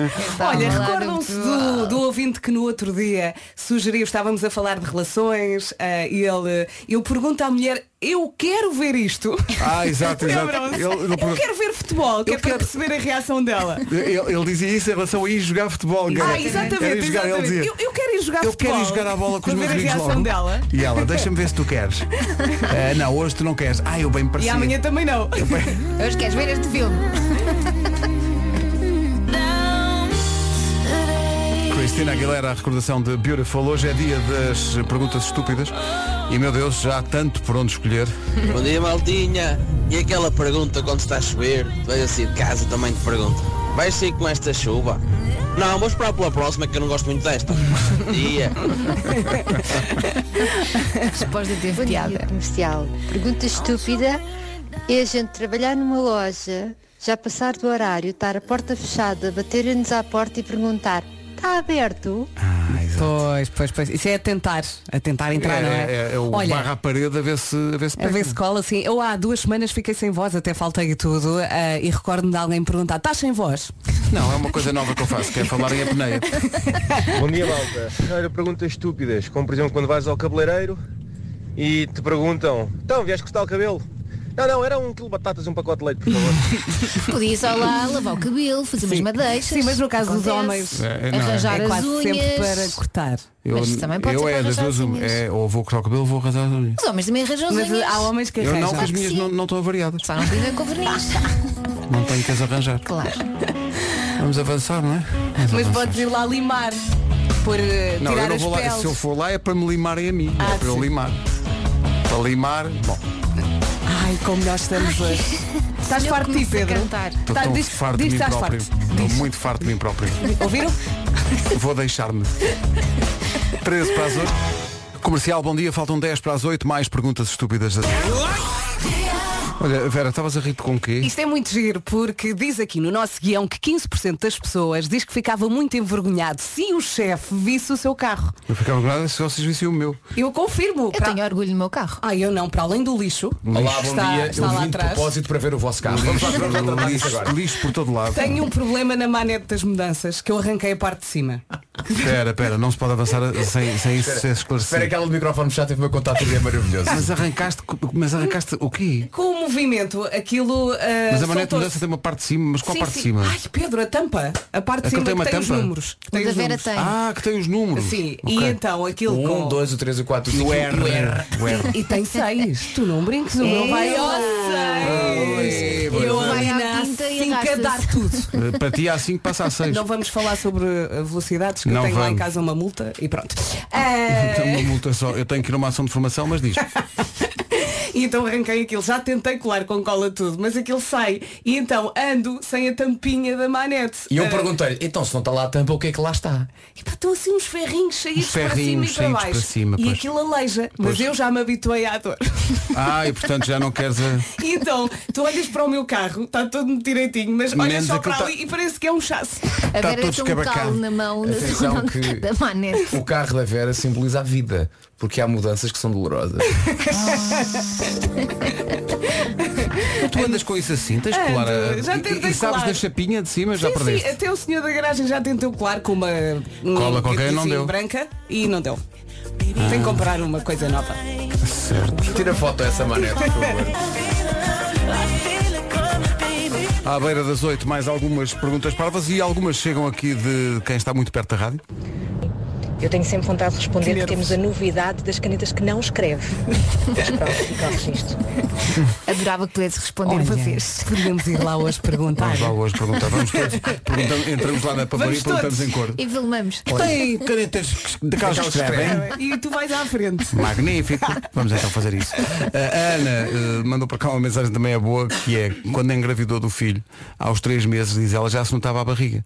Speaker 4: Olha,
Speaker 5: Estava lá no
Speaker 4: recordam-se
Speaker 5: futebol.
Speaker 4: do, do ouvinte que no outro dia sugeriu, estávamos a falar de relações, eh, e ele, eu pergunto à mulher, eu quero ver isto.
Speaker 2: Ah, exato, exato.
Speaker 4: Lembram-se?
Speaker 2: Ele, ele-
Speaker 4: Eu quero ver futebol, que
Speaker 2: Eu
Speaker 4: é para
Speaker 2: quero-
Speaker 4: perceber a reação dela.
Speaker 2: ele- ele dizia isso em relação a ir jogar futebol. que era-
Speaker 4: Ah, exatamente,
Speaker 2: era ir jogar,
Speaker 4: exatamente.
Speaker 2: Ele dizia,
Speaker 4: eu, eu quero ir jogar
Speaker 2: "Eu
Speaker 4: futebol.
Speaker 2: quero ir jogar à bola com
Speaker 4: para
Speaker 2: os
Speaker 4: ver
Speaker 2: meus amigos
Speaker 4: a reação
Speaker 2: logo."
Speaker 4: dela.
Speaker 2: E ela, deixa-me ver se tu queres. "Ah, não, hoje tu não queres. Ah, eu bem
Speaker 4: E
Speaker 2: parecia.
Speaker 4: amanhã também não.
Speaker 5: Hoje queres ver este filme?
Speaker 2: Cristina Aguilera, a recordação de Beautiful. Hoje é dia das perguntas estúpidas. E meu Deus, já há tanto por onde escolher.
Speaker 6: Ah. Bom dia, maldinha. E aquela pergunta quando está a chover, veio assim de casa também te pergunta. Vais sair com esta chuva? Não, vou esperar pela próxima que eu não gosto muito desta. Bom dia.
Speaker 5: Resposta teve piada.
Speaker 9: Comercial. Pergunta estúpida é a gente trabalhar numa loja, já passar do horário, estar a porta fechada, baterem-nos à porta e perguntar, está aberto?
Speaker 2: Ah, exato.
Speaker 4: Pois, pois, pois. Isso é a tentar, a tentar entrar, não é?
Speaker 2: É, é- é o
Speaker 4: Olha,
Speaker 2: barra à parede a ver se a ver se,
Speaker 4: A
Speaker 2: pega.
Speaker 4: ver se cola, sim. Eu há duas semanas fiquei sem voz, até faltei e tudo, eh, e recordo-me de alguém perguntar, estás sem voz?
Speaker 2: Não, é uma coisa nova que eu faço, que é falar em apneia.
Speaker 12: Bom dia, malta. Olha, perguntas estúpidas, como por exemplo quando vais ao cabeleireiro e te perguntam, então, vieste cortar o cabelo? Não, não, era um quilo de batatas e um pacote de leite, por favor.
Speaker 5: Podia só lá lavar o cabelo, fazer umas madeixas. Sim, mas
Speaker 4: no caso dos homens,
Speaker 2: É, não, é.
Speaker 5: arranjar
Speaker 4: é
Speaker 5: as
Speaker 4: quase sempre
Speaker 5: unhas.
Speaker 4: para cortar.
Speaker 2: Eu,
Speaker 5: Mas também pode
Speaker 2: eu
Speaker 5: ser
Speaker 2: é
Speaker 5: para
Speaker 2: das
Speaker 5: arranjar
Speaker 2: duas uma.
Speaker 5: unhas.
Speaker 2: É, ou vou cortar o cabelo ou vou arrasar as unhas.
Speaker 5: Os homens também arranjam as
Speaker 4: Mas ah,
Speaker 5: unhas.
Speaker 4: há homens que
Speaker 2: Eu não, que as
Speaker 5: Claro que
Speaker 2: minhas
Speaker 5: sim.
Speaker 2: não, não estão avariadas.
Speaker 5: Só não vive com verniz.
Speaker 2: Não tenho que as arranjar.
Speaker 5: Ah, tá, Claro.
Speaker 2: Vamos avançar, não é?
Speaker 4: Mas
Speaker 2: Vamos avançar.
Speaker 4: podes ir lá limar. Por eh,
Speaker 2: Não, eu
Speaker 4: tirar
Speaker 2: não
Speaker 4: as
Speaker 2: vou lá.
Speaker 4: peles.
Speaker 2: Se eu for lá é para me limarem a mim.
Speaker 4: Ah,
Speaker 2: é para eu
Speaker 4: sim.
Speaker 2: limar. Para limar, bom,
Speaker 4: Ai, como nós estamos hoje. Estás farto de ti, Pedro?
Speaker 2: estou
Speaker 4: Tá,
Speaker 2: tão
Speaker 4: diz-
Speaker 2: farto
Speaker 4: diz que
Speaker 2: de mim
Speaker 4: estás
Speaker 2: próprio.
Speaker 4: farto.
Speaker 2: Estou muito farto de mim próprio.
Speaker 4: Ouviram?
Speaker 2: Vou deixar-me. 13 para as 8. Comercial, bom dia. Faltam 10 para as 8. Mais perguntas estúpidas. da- Olha, Vera, estavas a rir com o quê?
Speaker 4: Isto é muito giro porque diz aqui no nosso guião que 15% das pessoas diz que ficava muito envergonhado se o chefe visse o seu carro.
Speaker 2: Eu ficava nada se vocês vissem o meu.
Speaker 4: Eu confirmo. Eu
Speaker 5: tenho orgulho do meu carro.
Speaker 4: Ah, eu não, para além do lixo.
Speaker 13: Olá,
Speaker 4: que
Speaker 13: bom
Speaker 4: está,
Speaker 13: dia.
Speaker 4: Está
Speaker 13: eu
Speaker 4: lá
Speaker 13: vim de
Speaker 4: atrás.
Speaker 13: propósito para ver o vosso carro. Vamos lá, vamos lá tratar disso
Speaker 2: lixo,
Speaker 13: agora.
Speaker 2: lixo por todo lado.
Speaker 4: Tenho um problema na manete das mudanças que eu arranquei a parte de cima.
Speaker 2: Espera, espera, não se pode avançar sem, sem isso
Speaker 13: Espera,
Speaker 2: ser esclarecido.
Speaker 13: Espera que ela do microfone fechado teve o meu contato e é maravilhoso.
Speaker 2: Mas arrancaste, mas arrancaste o quê?
Speaker 4: Com o movimento, aquilo. ah,
Speaker 2: Mas a manete de
Speaker 4: soltou-se.
Speaker 2: mudança tem uma parte de cima, mas qual
Speaker 4: Sim,
Speaker 2: parte de
Speaker 4: sim.
Speaker 2: cima?
Speaker 4: Ai, Pedro, a tampa. A parte de
Speaker 2: Aquilo
Speaker 4: cima
Speaker 2: tem
Speaker 4: que
Speaker 2: uma
Speaker 4: tem os
Speaker 2: tampa?
Speaker 4: números. Que
Speaker 5: Mas
Speaker 4: tem
Speaker 5: a
Speaker 4: os
Speaker 5: Vera
Speaker 4: números.
Speaker 5: tem.
Speaker 2: Ah, que tem os números.
Speaker 4: Sim,
Speaker 2: Ok. Um,
Speaker 4: e então aquilo
Speaker 13: O
Speaker 4: com...
Speaker 13: 1, 2, Um, o 3, o 4, o
Speaker 2: O
Speaker 13: 5, o
Speaker 2: R.
Speaker 13: R.
Speaker 2: O R.
Speaker 4: E tem seis. tu não brinques, o meu vai ao seis.
Speaker 2: pois
Speaker 4: Eu
Speaker 2: é.
Speaker 4: ali
Speaker 5: Vai à
Speaker 4: na
Speaker 5: quinta e
Speaker 4: cinco a
Speaker 5: arrasta-se.
Speaker 4: dar tudo.
Speaker 2: Eh, Para ti há 5, passa a 6.
Speaker 4: Não vamos falar sobre eh, velocidades, que
Speaker 2: Não
Speaker 4: eu tenho lá em
Speaker 2: vamos.
Speaker 4: casa uma multa e pronto.
Speaker 2: Então uma
Speaker 4: Eh,
Speaker 2: multa só. Eu tenho que ir a uma ação de formação, mas diz.
Speaker 4: e então arranquei aquilo, já tentei colar com cola tudo, mas aquilo sai. E então ando sem a tampinha da manete.
Speaker 13: E eu
Speaker 4: Eh,
Speaker 13: perguntei-lhe, então se não está lá a tampa, o que é que lá está?
Speaker 4: Epá, estão assim uns ferrinhos saídos
Speaker 13: Uns ferrinhos
Speaker 4: para cima e para
Speaker 13: saídos
Speaker 4: baixo.
Speaker 13: para cima,
Speaker 4: e
Speaker 13: pois.
Speaker 4: aquilo aleija, mas
Speaker 2: Pois.
Speaker 4: eu já me habituei à dor.
Speaker 2: Ah, e portanto já não queres a...
Speaker 4: E então, tu olhas para o meu carro, está todo direitinho, mas olhas
Speaker 2: Menos
Speaker 4: só
Speaker 2: aquilo
Speaker 4: para
Speaker 2: tá-
Speaker 4: ali e parece que é um chasse.
Speaker 5: A
Speaker 13: Está
Speaker 5: Vera
Speaker 13: todo
Speaker 5: tem um
Speaker 13: escabacado.
Speaker 5: calo na mão da,
Speaker 13: Atenção
Speaker 5: sua-
Speaker 13: que-
Speaker 5: da manete.
Speaker 13: O carro da Vera simboliza a vida, porque há mudanças que são dolorosas.
Speaker 2: Tu andas com isso assim, tens de
Speaker 4: Ando,
Speaker 2: colar a...
Speaker 4: já
Speaker 2: e-
Speaker 4: tentei
Speaker 2: E sabes
Speaker 4: colar.
Speaker 2: da chapinha de cima, já
Speaker 4: sim,
Speaker 2: perdeste.
Speaker 4: sim, até o senhor da garagem já tentou colar com uma um
Speaker 2: Cola qualquer,
Speaker 4: guiazinho
Speaker 2: não deu. Ah.
Speaker 4: branca e não deu. Tem que comprar uma coisa nova. é
Speaker 13: Tira foto a essa manete, por favor.
Speaker 2: À beira das 8, mais algumas perguntas parvas e algumas chegam aqui de quem está muito perto da rádio.
Speaker 14: Eu tenho sempre vontade de responder que, temos a novidade das canetas que não escreve. Mas pronto, fica o registro.
Speaker 5: Adorava que pudesse responder uma vez.
Speaker 4: Podíamos ir lá hoje perguntar.
Speaker 2: Vamos lá hoje perguntar. Vamos todos. perguntamos- entramos lá na papelaria e
Speaker 5: Vamos todos.
Speaker 2: perguntamos em cor.
Speaker 5: E filmamos.
Speaker 2: Tem canetas de que escrevem?
Speaker 4: É, E tu vais à frente.
Speaker 2: Magnífico. Vamos então fazer isso. A Ana eh, mandou para cá uma mensagem também é boa, que é quando engravidou do filho, aos três meses, diz ela, já se notava a barriga.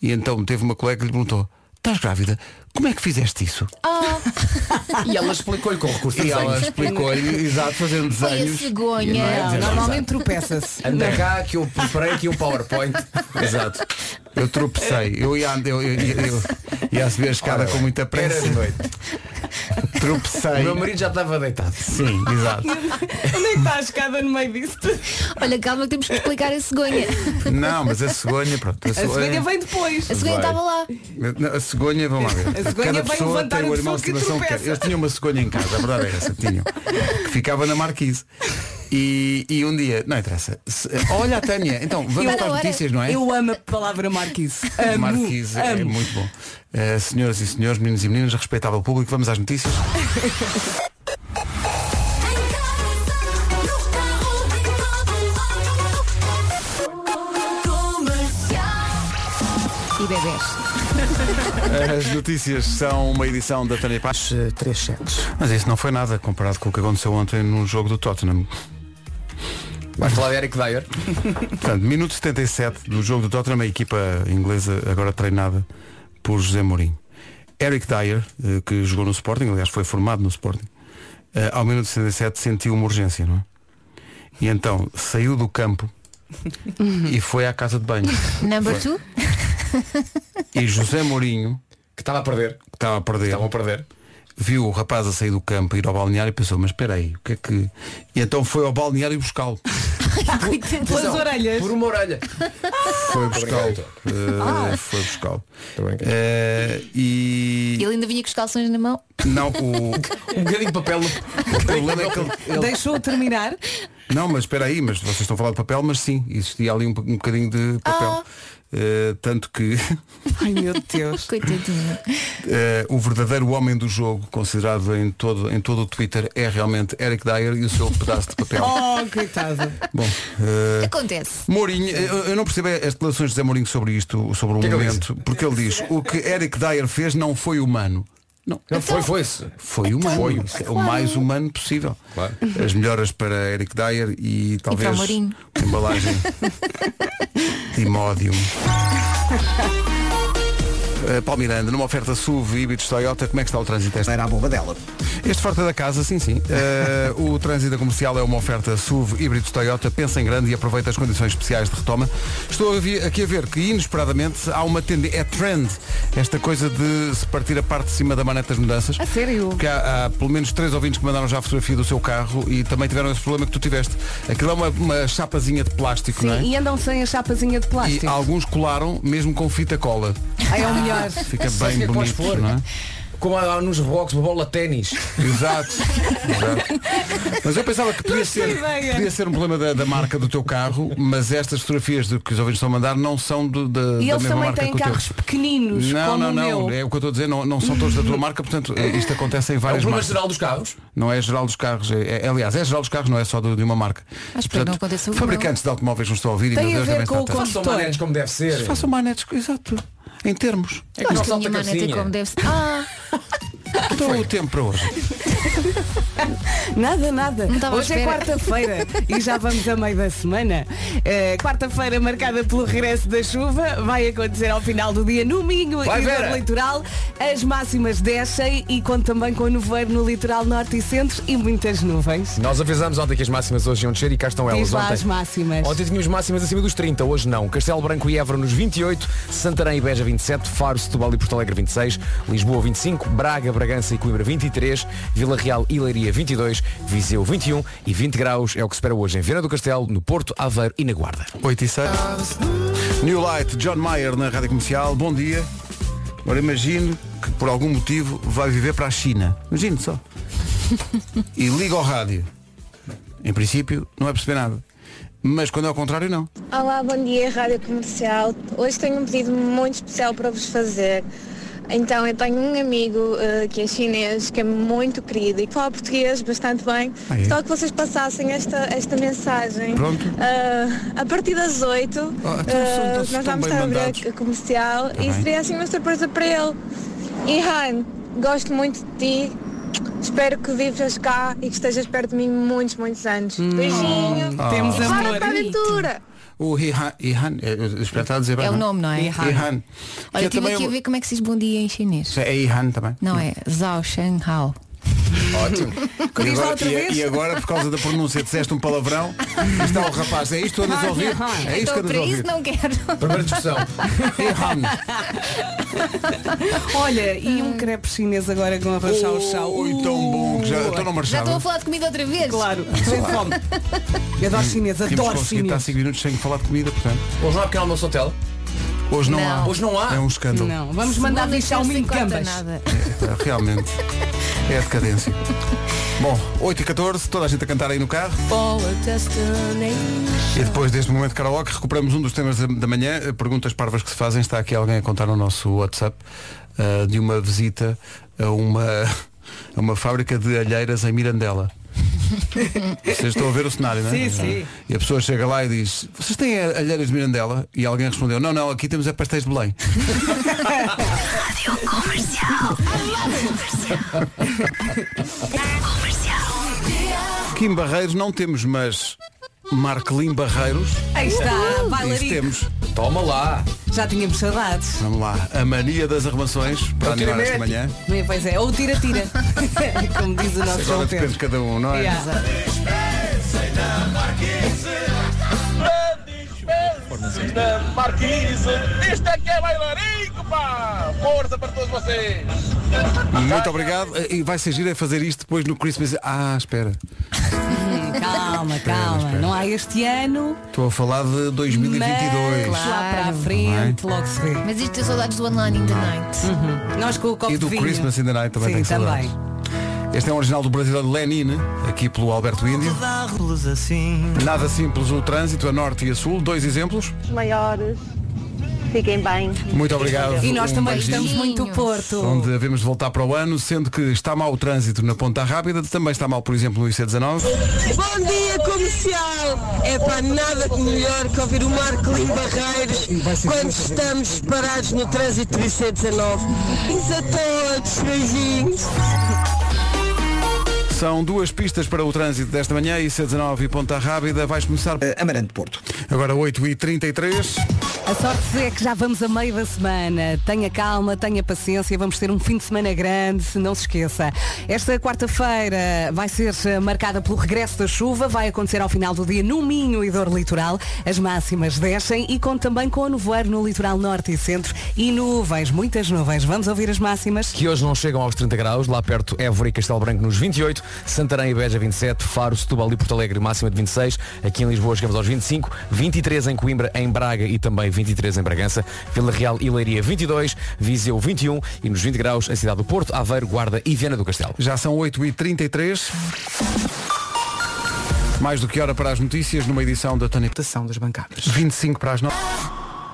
Speaker 2: E então teve uma colega que lhe perguntou, estás grávida? Como é que fizeste isso?
Speaker 5: Ah,
Speaker 13: E ela explicou-lhe com recurso
Speaker 2: E ela explicou-lhe, exato, fazendo
Speaker 5: Foi a
Speaker 2: desenhos.
Speaker 5: cegonha.
Speaker 4: Não, normalmente tropeça-se.
Speaker 13: Anda cá que eu preparei aqui um PowerPoint. É. Exato.
Speaker 2: Eu tropecei. Eu ia, eu, eu, eu, eu ia subir a escada com muita
Speaker 13: Era
Speaker 2: pressa.
Speaker 13: de noite. O
Speaker 2: Tropecei.
Speaker 13: meu marido já estava deitado.
Speaker 2: Sim, exato.
Speaker 4: Onde é que está a escada no meio disso?
Speaker 5: Olha, calma que temos que explicar a cegonha.
Speaker 2: Não, mas a cegonha, pronto.
Speaker 4: A cegonha vem depois.
Speaker 5: A cegonha
Speaker 2: Vai.
Speaker 5: estava lá.
Speaker 2: Não, A cegonha, vamos lá ver.
Speaker 4: A cegonha
Speaker 2: Cada
Speaker 4: vai
Speaker 2: pessoa
Speaker 4: levantar
Speaker 2: tem
Speaker 4: a
Speaker 2: o animal
Speaker 4: pessoa
Speaker 2: de
Speaker 4: que
Speaker 2: estimação que quer.
Speaker 4: tropeça.
Speaker 2: Eles tinham uma cegonha em casa, a verdade é essa, tinham. Que ficava na marquise. E, e um dia, não interessa. Se- olha a Tânia, então vamos
Speaker 4: Eu-
Speaker 2: para as notícias, não é?
Speaker 4: Eu amo a palavra marquise. Amo,
Speaker 2: Marquise é
Speaker 4: amo.
Speaker 2: muito bom. Eh, senhoras e senhores, meninos e meninas, respeitável público, vamos às notícias.
Speaker 5: E bebês.
Speaker 2: As notícias são uma edição da Tânia Paz.
Speaker 13: eh,
Speaker 7: Três sets.
Speaker 2: Mas isso não foi nada comparado com o que aconteceu ontem no jogo do Tottenham.
Speaker 13: Vai falar de Eric Dyer.
Speaker 2: Portanto, minuto 77 do jogo do Tottenham, a equipa inglesa agora treinada por José Mourinho. Eric Dyer, eh, que jogou no Sporting, aliás foi formado no Sporting, eh, ao minuto 77 sentiu uma urgência, não é? E então saiu do campo e foi à casa de banho.
Speaker 5: Number two.
Speaker 2: E José Mourinho,
Speaker 13: Que estava a perder.
Speaker 2: que estava a perder,
Speaker 13: Estavam a perder.
Speaker 2: viu o rapaz a sair do campo, ir ao balneário e pensou, mas espera aí, o que é que... E então foi ao balneário buscá-lo.
Speaker 5: Coitado.
Speaker 4: Pelas
Speaker 13: Atenção,
Speaker 4: orelhas.
Speaker 13: Por uma orelha.
Speaker 2: Foi buscar.
Speaker 13: então.
Speaker 5: Ah.
Speaker 2: foi buscar. e
Speaker 5: Ele ainda vinha com os calções na mão.
Speaker 2: não, o, um
Speaker 13: bocadinho de papel.
Speaker 2: O problema é que ele, ele-
Speaker 4: Deixou terminar.
Speaker 2: Não, mas espera aí, mas vocês estão a falar de papel, mas sim, existia ali um, um bocadinho de papel. Eh, tanto que
Speaker 4: Ah. Ai meu Deus.
Speaker 5: Coitadinho.
Speaker 2: eh, o verdadeiro homem do jogo, considerado em todo, em todo o Twitter, é realmente Eric Dyer e o seu pedaço de papel.
Speaker 4: Oh, coitado.
Speaker 2: Bom, eh,
Speaker 5: Acontece.
Speaker 2: Mourinho, eu, eu não percebo as declarações de Zé Mourinho sobre isto, sobre o
Speaker 13: Que é que ele
Speaker 2: momento, porque ele diz, o que Eric Dyer fez não foi humano. Não, Então,
Speaker 13: Não, foi, foi-se. Então,
Speaker 2: Foi humano.
Speaker 13: Foi.
Speaker 2: Isso é O
Speaker 13: Claro.
Speaker 2: mais humano possível. As melhoras para Eric Dyer e talvez
Speaker 13: para Mourinho.
Speaker 2: embalagem Timódio. Uh, Paulo Miranda, numa oferta SUV híbridos Toyota, como é que está o trânsito? Esta?
Speaker 3: Era a bomba dela.
Speaker 2: Este Forte da Casa, sim, sim. Uh, o trânsito comercial é uma oferta SUV híbridos Toyota. Pensa em grande e aproveita as condições especiais de retoma. Estou a vi- aqui a ver que, inesperadamente, há uma tendência, é trend, esta coisa de se partir a parte de cima da manete das mudanças.
Speaker 4: A sério?
Speaker 2: Porque há, há pelo menos três ouvintes que mandaram já a fotografia do seu carro e também tiveram esse problema que tu tiveste. Aquilo é uma, uma chapazinha de plástico, não é?
Speaker 4: E andam sem a chapazinha de
Speaker 2: E
Speaker 4: plástico.
Speaker 2: alguns colaram mesmo com fita cola.
Speaker 4: Ah, é o melhor.
Speaker 2: Fica
Speaker 13: Sabes o que
Speaker 2: bem
Speaker 13: é que podes
Speaker 2: bonito,
Speaker 13: pôr?
Speaker 2: não é?
Speaker 13: Como há há nos box, uma bola de ténis.
Speaker 2: Exato. Exato. Mas eu pensava que podia ser,
Speaker 13: ideia.
Speaker 2: podia ser um problema da, da marca do teu carro, mas estas fotografias do que os ouvintes estão a mandar não são do, da,
Speaker 4: E
Speaker 2: da
Speaker 4: eles
Speaker 2: mesma
Speaker 4: também
Speaker 2: marca
Speaker 4: têm
Speaker 2: que o teu.
Speaker 4: carros pequeninos,
Speaker 2: Não,
Speaker 4: como
Speaker 2: não,
Speaker 4: o
Speaker 2: não.
Speaker 4: meu.
Speaker 2: É o que eu estou a dizer, não, não são todos da tua marca, portanto, eh, isto acontece em várias
Speaker 13: É um problema
Speaker 2: marcas.
Speaker 13: geral dos carros?
Speaker 2: Não é geral dos carros. É, é- aliás, é geral dos carros, não é só de, de uma marca.
Speaker 13: Mas espera, não acontece o meu.
Speaker 2: fabricantes de automóveis nos estão a ouvir
Speaker 13: Tem
Speaker 2: e
Speaker 13: a
Speaker 2: meu Deus,
Speaker 13: ver
Speaker 2: devem
Speaker 13: com
Speaker 2: estar
Speaker 13: o
Speaker 2: atentos.
Speaker 13: condutor. Manetes como deve ser.
Speaker 2: Façam manetes, exato. Em termos.
Speaker 5: Eu acho que a minha maneta é como deve ser. Ah,
Speaker 2: Então o tempo para hoje.
Speaker 4: Nada, nada.
Speaker 5: estava à
Speaker 4: Hoje é
Speaker 5: espera.
Speaker 4: quarta-feira e já vamos a meio da semana. Eh, quarta-feira marcada pelo regresso da chuva, vai acontecer ao final do dia no Minho
Speaker 13: Vai,
Speaker 4: e
Speaker 13: Vera.
Speaker 4: no litoral. As máximas descem e conto também com nevoeiro no litoral norte e centro e muitas nuvens.
Speaker 15: Nós avisámos ontem que as máximas hoje iam descer e cá estão
Speaker 4: Diz
Speaker 15: elas.
Speaker 4: lá
Speaker 15: ontem.
Speaker 4: as máximas.
Speaker 15: Ontem tínhamos máximas acima dos 30, hoje não. Castelo Branco e Évora nos 28, Santarém e Beja 27, Faro, Setúbal e Porto Alegre 26, Lisboa 25, Braga, Bragança e Coimbra 23, Vila Real e Leiria 22, Viseu 21 e 20 graus é o que se espera hoje em Viana do Castelo, no Porto, Aveiro e na Guarda.
Speaker 2: 8 e 6. New Light, John Mayer na Rádio Comercial, bom dia. Agora imagino que por algum motivo vai viver para a China. Imagino só. E liga ao rádio. Em princípio, não vai perceber nada. Mas quando é ao contrário, não.
Speaker 16: Olá, bom dia Rádio Comercial. Hoje tenho um pedido muito especial para vos fazer. Então, eu tenho um amigo eh, que é chinês, que é muito querido e que fala português bastante bem.
Speaker 17: Ah, é?
Speaker 16: Só que vocês passassem esta, esta mensagem.
Speaker 17: Pronto.
Speaker 16: Eh, a partir das 8,
Speaker 17: Ah, então
Speaker 16: eh,
Speaker 17: são-
Speaker 16: nós
Speaker 17: estão bem
Speaker 16: vamos estar a abrir
Speaker 17: mandados.
Speaker 16: a comercial
Speaker 17: Está
Speaker 16: e
Speaker 17: bem.
Speaker 16: seria assim uma surpresa para ele. E Han, gosto muito de ti. Espero que vivas cá e que estejas perto de mim muitos, muitos anos.
Speaker 17: Hum.
Speaker 16: Beijinho.
Speaker 17: Ah.
Speaker 2: Oh. Temos
Speaker 16: Bora
Speaker 2: amor.
Speaker 16: para a aventura.
Speaker 2: O Ihan, Ihan é, eu espero estar a dizer bem,
Speaker 5: É o nome, não é?
Speaker 2: Ihan. Ihan.
Speaker 5: olha,
Speaker 2: Que é
Speaker 5: estive
Speaker 2: também
Speaker 5: aqui a
Speaker 2: o-
Speaker 5: ver como é que se diz bom dia em chinês.
Speaker 2: É Ihan também.
Speaker 5: Não é? Zhao Shang Hao.
Speaker 2: Ótimo.
Speaker 5: Diz
Speaker 2: E
Speaker 5: lá
Speaker 2: agora,
Speaker 5: outra
Speaker 2: e-
Speaker 5: vez.
Speaker 2: e agora, por causa da pronúncia, disseste um palavrão. Está o rapaz, é isto que andas a ouvir? É isto
Speaker 5: então,
Speaker 2: que andas a
Speaker 5: para
Speaker 2: ouvir.
Speaker 5: isso não quero.
Speaker 2: Primeira discussão.
Speaker 4: Olha, e um crepe chinês agora com arrochar o chão.
Speaker 2: Ui, tão bom que já- Oh, então não
Speaker 5: Já
Speaker 2: marchava.
Speaker 5: estou a falar de comida outra vez.
Speaker 4: Claro. Tenho fome. Eu adoro chinês,
Speaker 2: Tínhamos
Speaker 4: adoro
Speaker 2: conseguido
Speaker 4: chinês.
Speaker 2: estar 5 minutos sem falar de comida, portanto.
Speaker 13: Hoje não há pequeno almoço hotel?
Speaker 2: Hoje não,
Speaker 13: Não.
Speaker 2: há.
Speaker 13: Hoje não há?
Speaker 2: É um escândalo.
Speaker 4: Não, vamos mandar deixar o Minho um Gambas.
Speaker 2: É, Realmente. É a decadência. Bom, 8 e 14 toda a gente a cantar aí no carro. E depois deste momento de karaoke, recuperamos um dos temas da, da manhã. Eh, Perguntas parvas que se fazem. Está aqui alguém a contar no nosso WhatsApp ah, de uma visita a uma, a uma fábrica de alheiras em Mirandela. Vocês estão a ver o cenário, não é?
Speaker 4: Sim, sim.
Speaker 2: E a pessoa chega lá e diz, vocês têm alheiras de Mirandela? E alguém respondeu, não, não, aqui temos a pastéis de Belém.
Speaker 17: Rádio comercial.
Speaker 2: Kim Barreiros não temos, mas Marcelim Barreiros.
Speaker 4: Aí está,
Speaker 2: Isso
Speaker 4: bailarico.
Speaker 2: temos. Toma lá.
Speaker 4: Já tínhamos saudades.
Speaker 2: Vamos lá. A mania das armações para animar esta manhã.
Speaker 4: Não é, Pois é, ou tira, tira. Como diz o nosso
Speaker 2: Agora
Speaker 4: João
Speaker 2: depende
Speaker 4: Pedro.
Speaker 2: de cada um, não é?
Speaker 4: Yeah.
Speaker 18: Na Marquise, isto é que é bailarico, pá! Força para todos vocês!
Speaker 2: Muito obrigado. E vai ser giro é fazer isto depois no Christmas. Ah, espera.
Speaker 4: Hum, Calma. calma, calma. Não há este ano,
Speaker 2: Estou a falar de 2022.
Speaker 4: mas lá para a frente,
Speaker 2: Não é?
Speaker 4: logo se vê.
Speaker 5: Mas isto é saudades do Online in the Night.
Speaker 2: Hum,
Speaker 4: Uhum. Nós com o copo
Speaker 2: E do
Speaker 4: de vinho.
Speaker 2: Christmas in the Night também
Speaker 4: Sim,
Speaker 2: tem que
Speaker 4: também.
Speaker 2: saudades. Este é um original do brasileiro Lenin, aqui pelo Alberto Índio. Nada simples o trânsito, a norte e a sul. Dois exemplos.
Speaker 19: Os maiores. Fiquem bem.
Speaker 2: Muito obrigado.
Speaker 4: E nós
Speaker 2: Um
Speaker 4: também
Speaker 2: beijinho.
Speaker 4: estamos muito Porto.
Speaker 2: Onde devemos de voltar para o ano, sendo que está mal o trânsito na Ponta Rápida, também está mal, por exemplo, no IC19.
Speaker 20: Bom dia, comercial! É para nada que melhor que ouvir o Marco Lim Barreiros quando estamos parados no trânsito do IC19. Isso a todos, beijinhos!
Speaker 2: São duas pistas para o trânsito desta manhã, IC19 e Ponta Rábida. Vais começar
Speaker 3: Eh, Amarante Porto.
Speaker 2: Agora 8h33.
Speaker 4: A sorte é que já vamos a meio da semana. Tenha calma, tenha paciência, vamos ter um fim de semana grande, se não se esqueça. Esta quarta-feira vai ser eh, marcada pelo regresso da chuva, vai acontecer ao final do dia no Minho e Dor Litoral. As máximas descem e conta também com o nevoeiro no litoral norte e centro e nuvens, muitas nuvens. Vamos ouvir as máximas?
Speaker 15: que hoje não chegam aos 30 graus, lá perto Évora e Castelo Branco nos 28, Santarém e Beja 27, Faro, Setúbal e Porto Alegre máxima de 26, aqui em Lisboa chegamos aos 25, 23 em Coimbra, em Braga e também 23 em Bragança, Vila Real e Leiria 22, Viseu 21 e nos 20 graus a cidade do Porto, Aveiro, Guarda e Viana do Castelo.
Speaker 2: Já são 8h33. Mais do que hora para as notícias, numa edição da Tânia. das bancadas. 25 para as 9.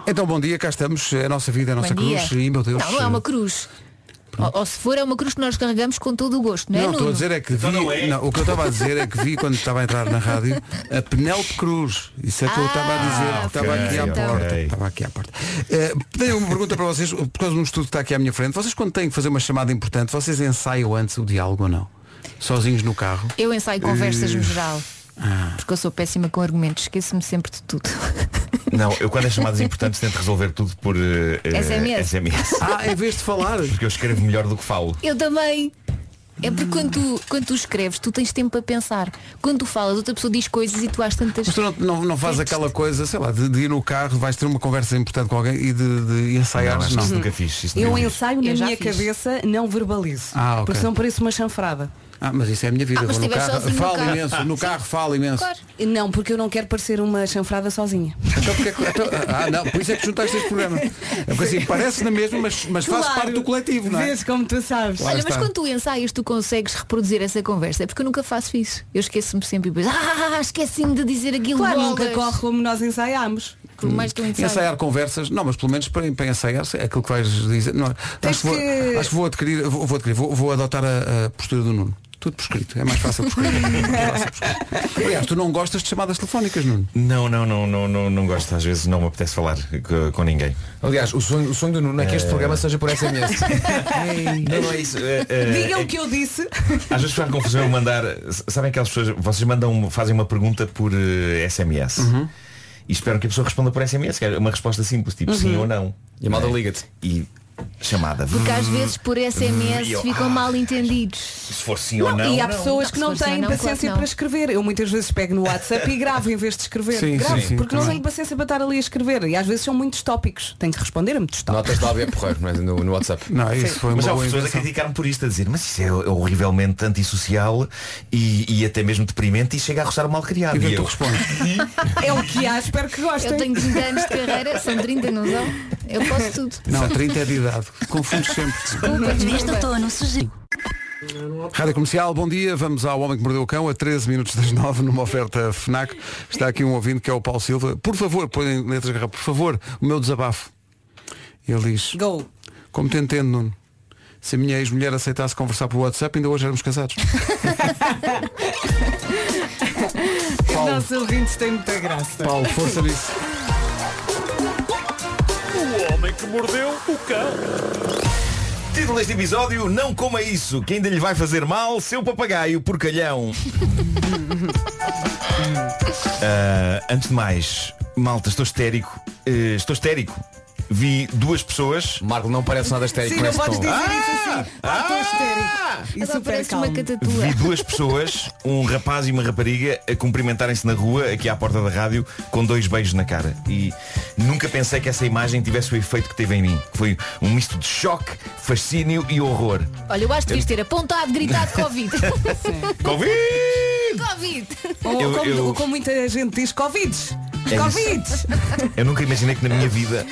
Speaker 2: Então, bom dia, cá estamos. É A nossa vida, é a nossa
Speaker 5: Bom dia.
Speaker 2: cruz. E, meu Deus.
Speaker 5: Não, não é uma cruz. Ou, ou se for, é uma cruz que nós carregamos com todo o gosto, não é?
Speaker 2: Não, estou a
Speaker 5: Nuno?
Speaker 2: dizer é que vi. não, o que eu estava a dizer é que vi quando estava a entrar na rádio a Penélope Cruz. Isso é que eu estava a dizer.
Speaker 5: Ah,
Speaker 2: estava
Speaker 5: ok,
Speaker 2: aqui à
Speaker 5: então.
Speaker 2: porta. Estava aqui à porta. Eh, tenho uma pergunta para vocês, por causa de um estudo que está aqui à minha frente. Vocês quando têm que fazer uma chamada importante, vocês ensaiam antes o diálogo ou não? Sozinhos no carro?
Speaker 5: Eu ensaio conversas no
Speaker 2: Eh,
Speaker 5: geral. Porque eu sou péssima com argumentos, esqueço-me sempre de tudo.
Speaker 21: Não, eu quando é chamadas importantes tento resolver tudo por eh, eh,
Speaker 5: SMS.
Speaker 21: SMS.
Speaker 2: Ah, em vez de falar.
Speaker 21: Porque eu escrevo melhor do que falo.
Speaker 5: Eu também. É porque quando tu, quando tu escreves, tu tens tempo para pensar. Quando tu falas, outra pessoa diz coisas e tu às tantas.
Speaker 2: Mas tu não, não, não faz aquela coisa, sei lá, de, de ir no carro, vais ter uma conversa importante com alguém e de, de ensaiar.
Speaker 21: Não, acho que
Speaker 2: não.
Speaker 21: isso nunca fiz. Isso
Speaker 4: Eu
Speaker 21: nunca fiz.
Speaker 4: ensaio na
Speaker 5: Eu já
Speaker 4: minha
Speaker 5: fiz.
Speaker 4: cabeça, não verbalizo.
Speaker 2: Ah, ok.
Speaker 4: Porque senão parece uma chanfrada.
Speaker 2: Ah, mas isso é a minha vida.
Speaker 4: Ah, mas
Speaker 2: Vou no
Speaker 4: se estiver
Speaker 2: carro,
Speaker 4: sozinho no
Speaker 2: falo
Speaker 4: carro.
Speaker 2: imenso. No carro falo imenso.
Speaker 4: Não, porque eu não quero parecer uma chanfrada sozinha.
Speaker 2: Então, porque é que- então- ah, não, por isso é que juntaste este programa. É porque assim, parece na mesma, mas, mas faz
Speaker 4: Claro.
Speaker 2: parte do coletivo, não é?
Speaker 4: Vês como tu sabes.
Speaker 5: Olha, mas quando tu ensaias, tu consegues reproduzir essa conversa. É porque eu nunca faço isso. Eu esqueço-me sempre e depois, ah, esqueci-me de dizer aquilo.
Speaker 4: Claro,
Speaker 5: bolas."
Speaker 4: nunca corre como nós ensaiámos.
Speaker 5: Por mais que eu ensaie.
Speaker 2: Ensaiar conversas, não, mas pelo menos para, para ensaiar é aquilo que vais dizer. Não, é? acho, que vou,
Speaker 4: que-
Speaker 2: acho que vou adquirir, vou, vou adquirir, vou, vou adotar a, a postura do Nuno. Tudo por escrito, é mais fácil por escrito. É mais fácil por escrito. Aliás, tu não gostas de chamadas telefónicas, Nuno?
Speaker 21: Não, não, não, não, não, não gosto. Às vezes não me apetece falar co- com ninguém.
Speaker 15: Aliás, o sonho, o sonho do Nuno é que este
Speaker 21: Eh,
Speaker 15: programa seja por SMS.
Speaker 21: Não, não é isso. eh, eh,
Speaker 4: Digam
Speaker 21: é
Speaker 4: o que eu disse.
Speaker 21: Às vezes faz confusão eu mandar. Sabem aquelas pessoas. Vocês mandam, fazem uma pergunta por eh, SMS. E esperam que a pessoa responda por SMS, que é uma resposta simples, tipo
Speaker 5: Uhum.
Speaker 21: sim ou não.
Speaker 15: E a malda
Speaker 21: Não é?
Speaker 15: liga-te.
Speaker 21: E chamada. "Hum,
Speaker 5: Porque às vezes por SMS
Speaker 21: E eu,
Speaker 5: ficam
Speaker 21: ah,
Speaker 5: mal entendidos.
Speaker 21: Se for sim ou não.
Speaker 4: e há
Speaker 21: não.
Speaker 4: pessoas que não
Speaker 5: Se for
Speaker 4: têm
Speaker 5: só não,
Speaker 4: paciência
Speaker 5: claro que não.
Speaker 4: para escrever. Eu muitas vezes pego no WhatsApp e gravo em vez de escrever.
Speaker 21: Sim,
Speaker 4: gravo,
Speaker 21: sim, sim,
Speaker 4: porque não
Speaker 21: também.
Speaker 4: tenho paciência para estar ali a escrever. E às vezes são muitos tópicos. Tenho que responder a muitos tópicos.
Speaker 15: Notas de áudio é porreiro, mas no, no WhatsApp.
Speaker 2: Não,
Speaker 21: Sim. mas há pessoas a criticar-me por isto, a dizer, mas isso é, é horrivelmente antissocial e, e até mesmo deprimente e chega a roçar o mal criado. E, eu
Speaker 4: É o que há, espero que gostem.
Speaker 5: Eu tenho 30 anos de carreira, são 30, não são? Eu posso tudo.
Speaker 4: Tá
Speaker 2: Não, 30 é de idade. Confundes sempre.
Speaker 17: Neste outono surgiu.
Speaker 2: Rádio Comercial, bom dia. Vamos ao Homem que Mordeu o Cão, a 13 minutos das 9, numa oferta FNAC. Está aqui um ouvinte que é o Paulo Silva. Por favor, põe em letras garrafa, por favor, o meu desabafo. Ele diz,
Speaker 4: Go.
Speaker 2: como te entendo, Nuno, se a minha ex-mulher aceitasse conversar por WhatsApp, ainda hoje éramos casados. Paulo.
Speaker 4: Nossos ouvintes têm muita graça.
Speaker 2: Paulo, força nisso.
Speaker 21: O homem que mordeu o cão. Título deste episódio, não coma isso, que ainda lhe vai fazer mal, seu papagaio porcalhão. Ah, antes de mais, malta, estou histérico. Eh, estou histérico. Vi duas pessoas.
Speaker 15: Marco, não parece nada histérico
Speaker 4: Sim, não podes dizer isso assim. Ah, estou histérico. E
Speaker 5: Agora
Speaker 4: super
Speaker 5: parece uma
Speaker 4: calmo.
Speaker 5: catatua.
Speaker 21: Vi duas pessoas, um rapaz e uma rapariga, a cumprimentarem-se na rua, aqui à porta da rádio, com dois beijos na cara. E nunca pensei que essa imagem tivesse o efeito que teve em mim. que Foi um misto de choque, fascínio e horror.
Speaker 5: Olha, eu acho que devias ter apontado, gritado Covid.
Speaker 21: Covid!
Speaker 5: Covid!
Speaker 4: Ou
Speaker 21: Eu-
Speaker 4: como,
Speaker 21: eu-
Speaker 4: ou como muita gente diz, Covid!
Speaker 21: É isso.
Speaker 4: Covid!
Speaker 21: Eu nunca imaginei que na minha vida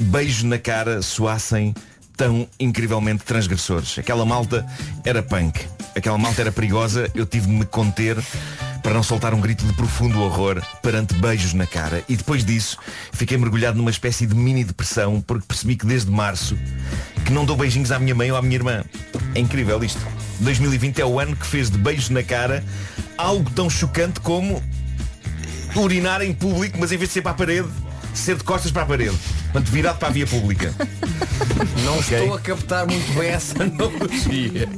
Speaker 21: beijos na cara soassem tão incrivelmente transgressores. Aquela malta era punk. Aquela malta era perigosa. Eu tive de me conter para não soltar um grito de profundo horror perante beijos na cara. E depois disso, fiquei mergulhado numa espécie de mini depressão porque percebi que desde março que não dou beijinhos à minha mãe ou à minha irmã. É incrível isto. 2020 é o ano que fez de beijos na cara algo tão chocante como urinar em público, mas em vez de ser para a parede, ser de costas para a parede. Portanto, virado para a via pública. Não
Speaker 13: Estou a captar muito bem essa analogia.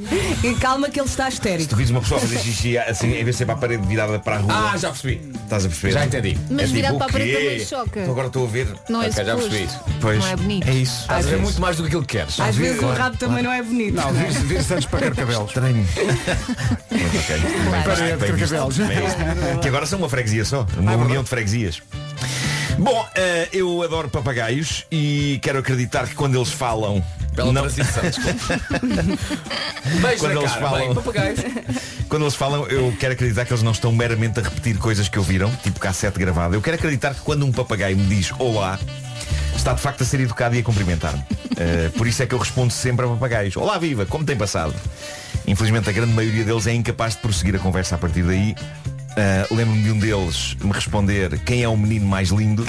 Speaker 4: E calma que ele está
Speaker 21: Tu
Speaker 4: histérico.
Speaker 21: vês uma pessoa a fazer xixi assim, em vez de ser para a parede virada para a rua.
Speaker 13: Ah, já percebi.
Speaker 21: Estás a perceber? É tipo,
Speaker 13: Já entendi.
Speaker 5: Mas virado
Speaker 21: o
Speaker 5: para a parede
Speaker 21: quê?
Speaker 5: também choca.
Speaker 21: Então agora estou a ver.
Speaker 5: Não é
Speaker 21: Ok,
Speaker 5: suposto.
Speaker 21: Pois.
Speaker 5: Não é bonito.
Speaker 21: É isso.
Speaker 5: Às
Speaker 13: Estás a ver muito mais do que aquilo que queres.
Speaker 4: Às
Speaker 21: vi,
Speaker 4: vezes o
Speaker 21: claro,
Speaker 4: rabo também não é bonito.
Speaker 2: Não,
Speaker 4: não é?
Speaker 2: vir- vir Santos para Carcavelos.
Speaker 21: Estranho. Bem visto, bem visto. Bem visto. Que agora são uma freguesia só.
Speaker 2: Ah, é
Speaker 21: Uma união de freguesias. Bom, eh, eu adoro papagaios e quero acreditar que quando eles falam. Bela não...
Speaker 13: transição,
Speaker 21: Beijo
Speaker 13: na
Speaker 21: quando eles
Speaker 13: cara,
Speaker 21: falam,
Speaker 13: bem, papagaios.
Speaker 21: quando eles falam, eu quero acreditar que eles não estão meramente a repetir coisas que ouviram, tipo cassete gravada. Eu quero acreditar que quando um papagaio me diz olá, está de facto a ser educado e a cumprimentar-me. Eh, por isso é que eu respondo sempre a papagaios. Olá viva, como tem passado? Infelizmente a grande maioria deles é incapaz de prosseguir a conversa a partir daí. Eh, Lembro-me de um deles me responder quem é o menino mais lindo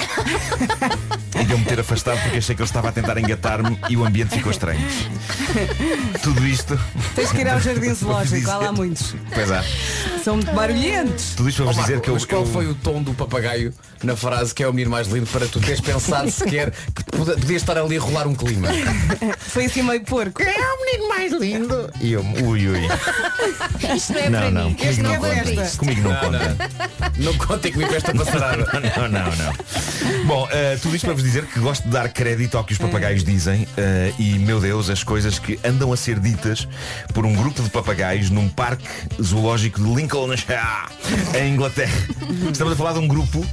Speaker 21: e de eu me ter afastado porque achei que ele estava a tentar engatar-me e o ambiente ficou estranho. Tudo isto.
Speaker 4: Tens que ir ao É jardim zoológico, há lá muitos.
Speaker 21: Pois há.
Speaker 4: São muito barulhentos.
Speaker 21: Tudo isto vamos
Speaker 13: Ó, Marco,
Speaker 21: dizer que eu-
Speaker 13: Mas qual
Speaker 21: eu-
Speaker 13: foi o tom do papagaio na frase que é o menino mais lindo para tu teres pensado sequer que pod- podias estar ali a rolar um clima?
Speaker 4: Foi assim meio porco.
Speaker 13: É o menino mais lindo.
Speaker 21: E eu, ui, ui.
Speaker 5: Isto não é para
Speaker 21: não, não,
Speaker 5: mim.
Speaker 21: comigo não
Speaker 5: é para
Speaker 21: conta.
Speaker 5: isto.
Speaker 21: Comigo não
Speaker 13: Não,
Speaker 21: conta.
Speaker 13: Não contem comigo esta passarada.
Speaker 21: Não, não, não. Bom, eh, tudo isto para vos dizer que gosto de dar crédito ao que os papagaios dizem eh, e, meu Deus, as coisas que andam a ser ditas por um grupo de papagaios num parque zoológico de Lincolnshire, em Inglaterra. Estamos a falar de um grupo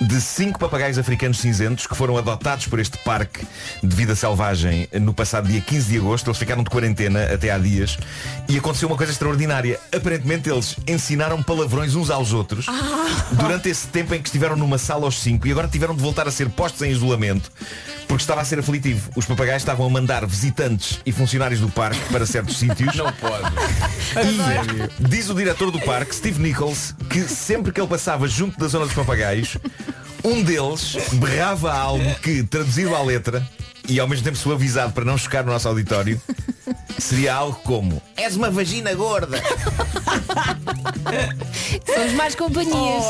Speaker 21: de cinco papagaios africanos cinzentos que foram adotados por este parque de vida selvagem no passado dia 15 de agosto. Eles ficaram de quarentena até há dias e aconteceu uma coisa extraordinária. Aparentemente eles ensinaram palavrões uns aos outros
Speaker 13: Ah.
Speaker 21: durante esse tempo em que estiveram numa sala aos cinco e agora tiveram de voltar a ser postos em isolamento porque estava a ser aflitivo. Os papagaios estavam a mandar visitantes e funcionários do parque para certos sítios.
Speaker 13: Não pode.
Speaker 21: E diz o diretor do parque, Steve Nichols, que sempre que ele passava junto da zona dos papagaios, um deles berrava algo que, traduzido à letra, e ao mesmo tempo suavizado para não chocar no nosso auditório, seria algo como És uma vagina gorda.
Speaker 5: São as más companhias.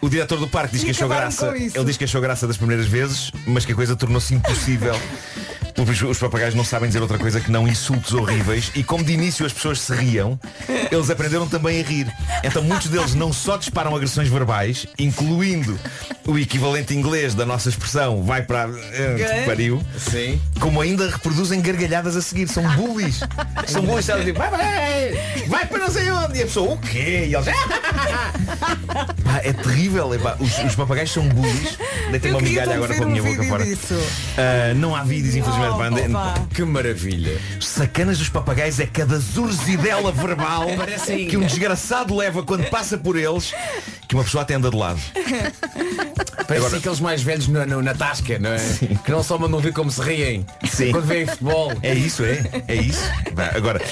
Speaker 21: O diretor do parque diz que achou
Speaker 5: acabaram
Speaker 21: graça.
Speaker 5: com isso.
Speaker 21: Ele diz que achou graça das primeiras vezes, mas que a coisa tornou-se impossível. Porque os- os papagaios não sabem dizer outra coisa que não insultos horríveis e como de início as pessoas se riam, eles aprenderam também a rir. Então muitos deles não só disparam agressões verbais, incluindo o equivalente inglês da nossa expressão vai para eh, que pariu,
Speaker 13: Sim.
Speaker 21: como ainda reproduzem gargalhadas a seguir. São bullies. São bullies, sabe? Tipo, vai, vai, vai para não sei onde. E a pessoa, o quê? E eles, "É, Pá, é terrível, epá. Os, os papagaios são bullies. Deitei uma migalha agora com a minha boca fora. Ah, não há vídeos, infelizmente. pá, andei-
Speaker 13: Que maravilha.
Speaker 21: Sacanas dos papagaios é cada zurzidela verbal
Speaker 13: Parece-
Speaker 21: que um desgraçado leva quando passa por eles que uma pessoa até anda de lado.
Speaker 13: Parece aqueles mais velhos na, na, na tasca, não é? Que não só mandam ver como se riem.
Speaker 21: Sim.
Speaker 13: Quando vêem futebol.
Speaker 21: É isso, é? É isso? Vá, Agora,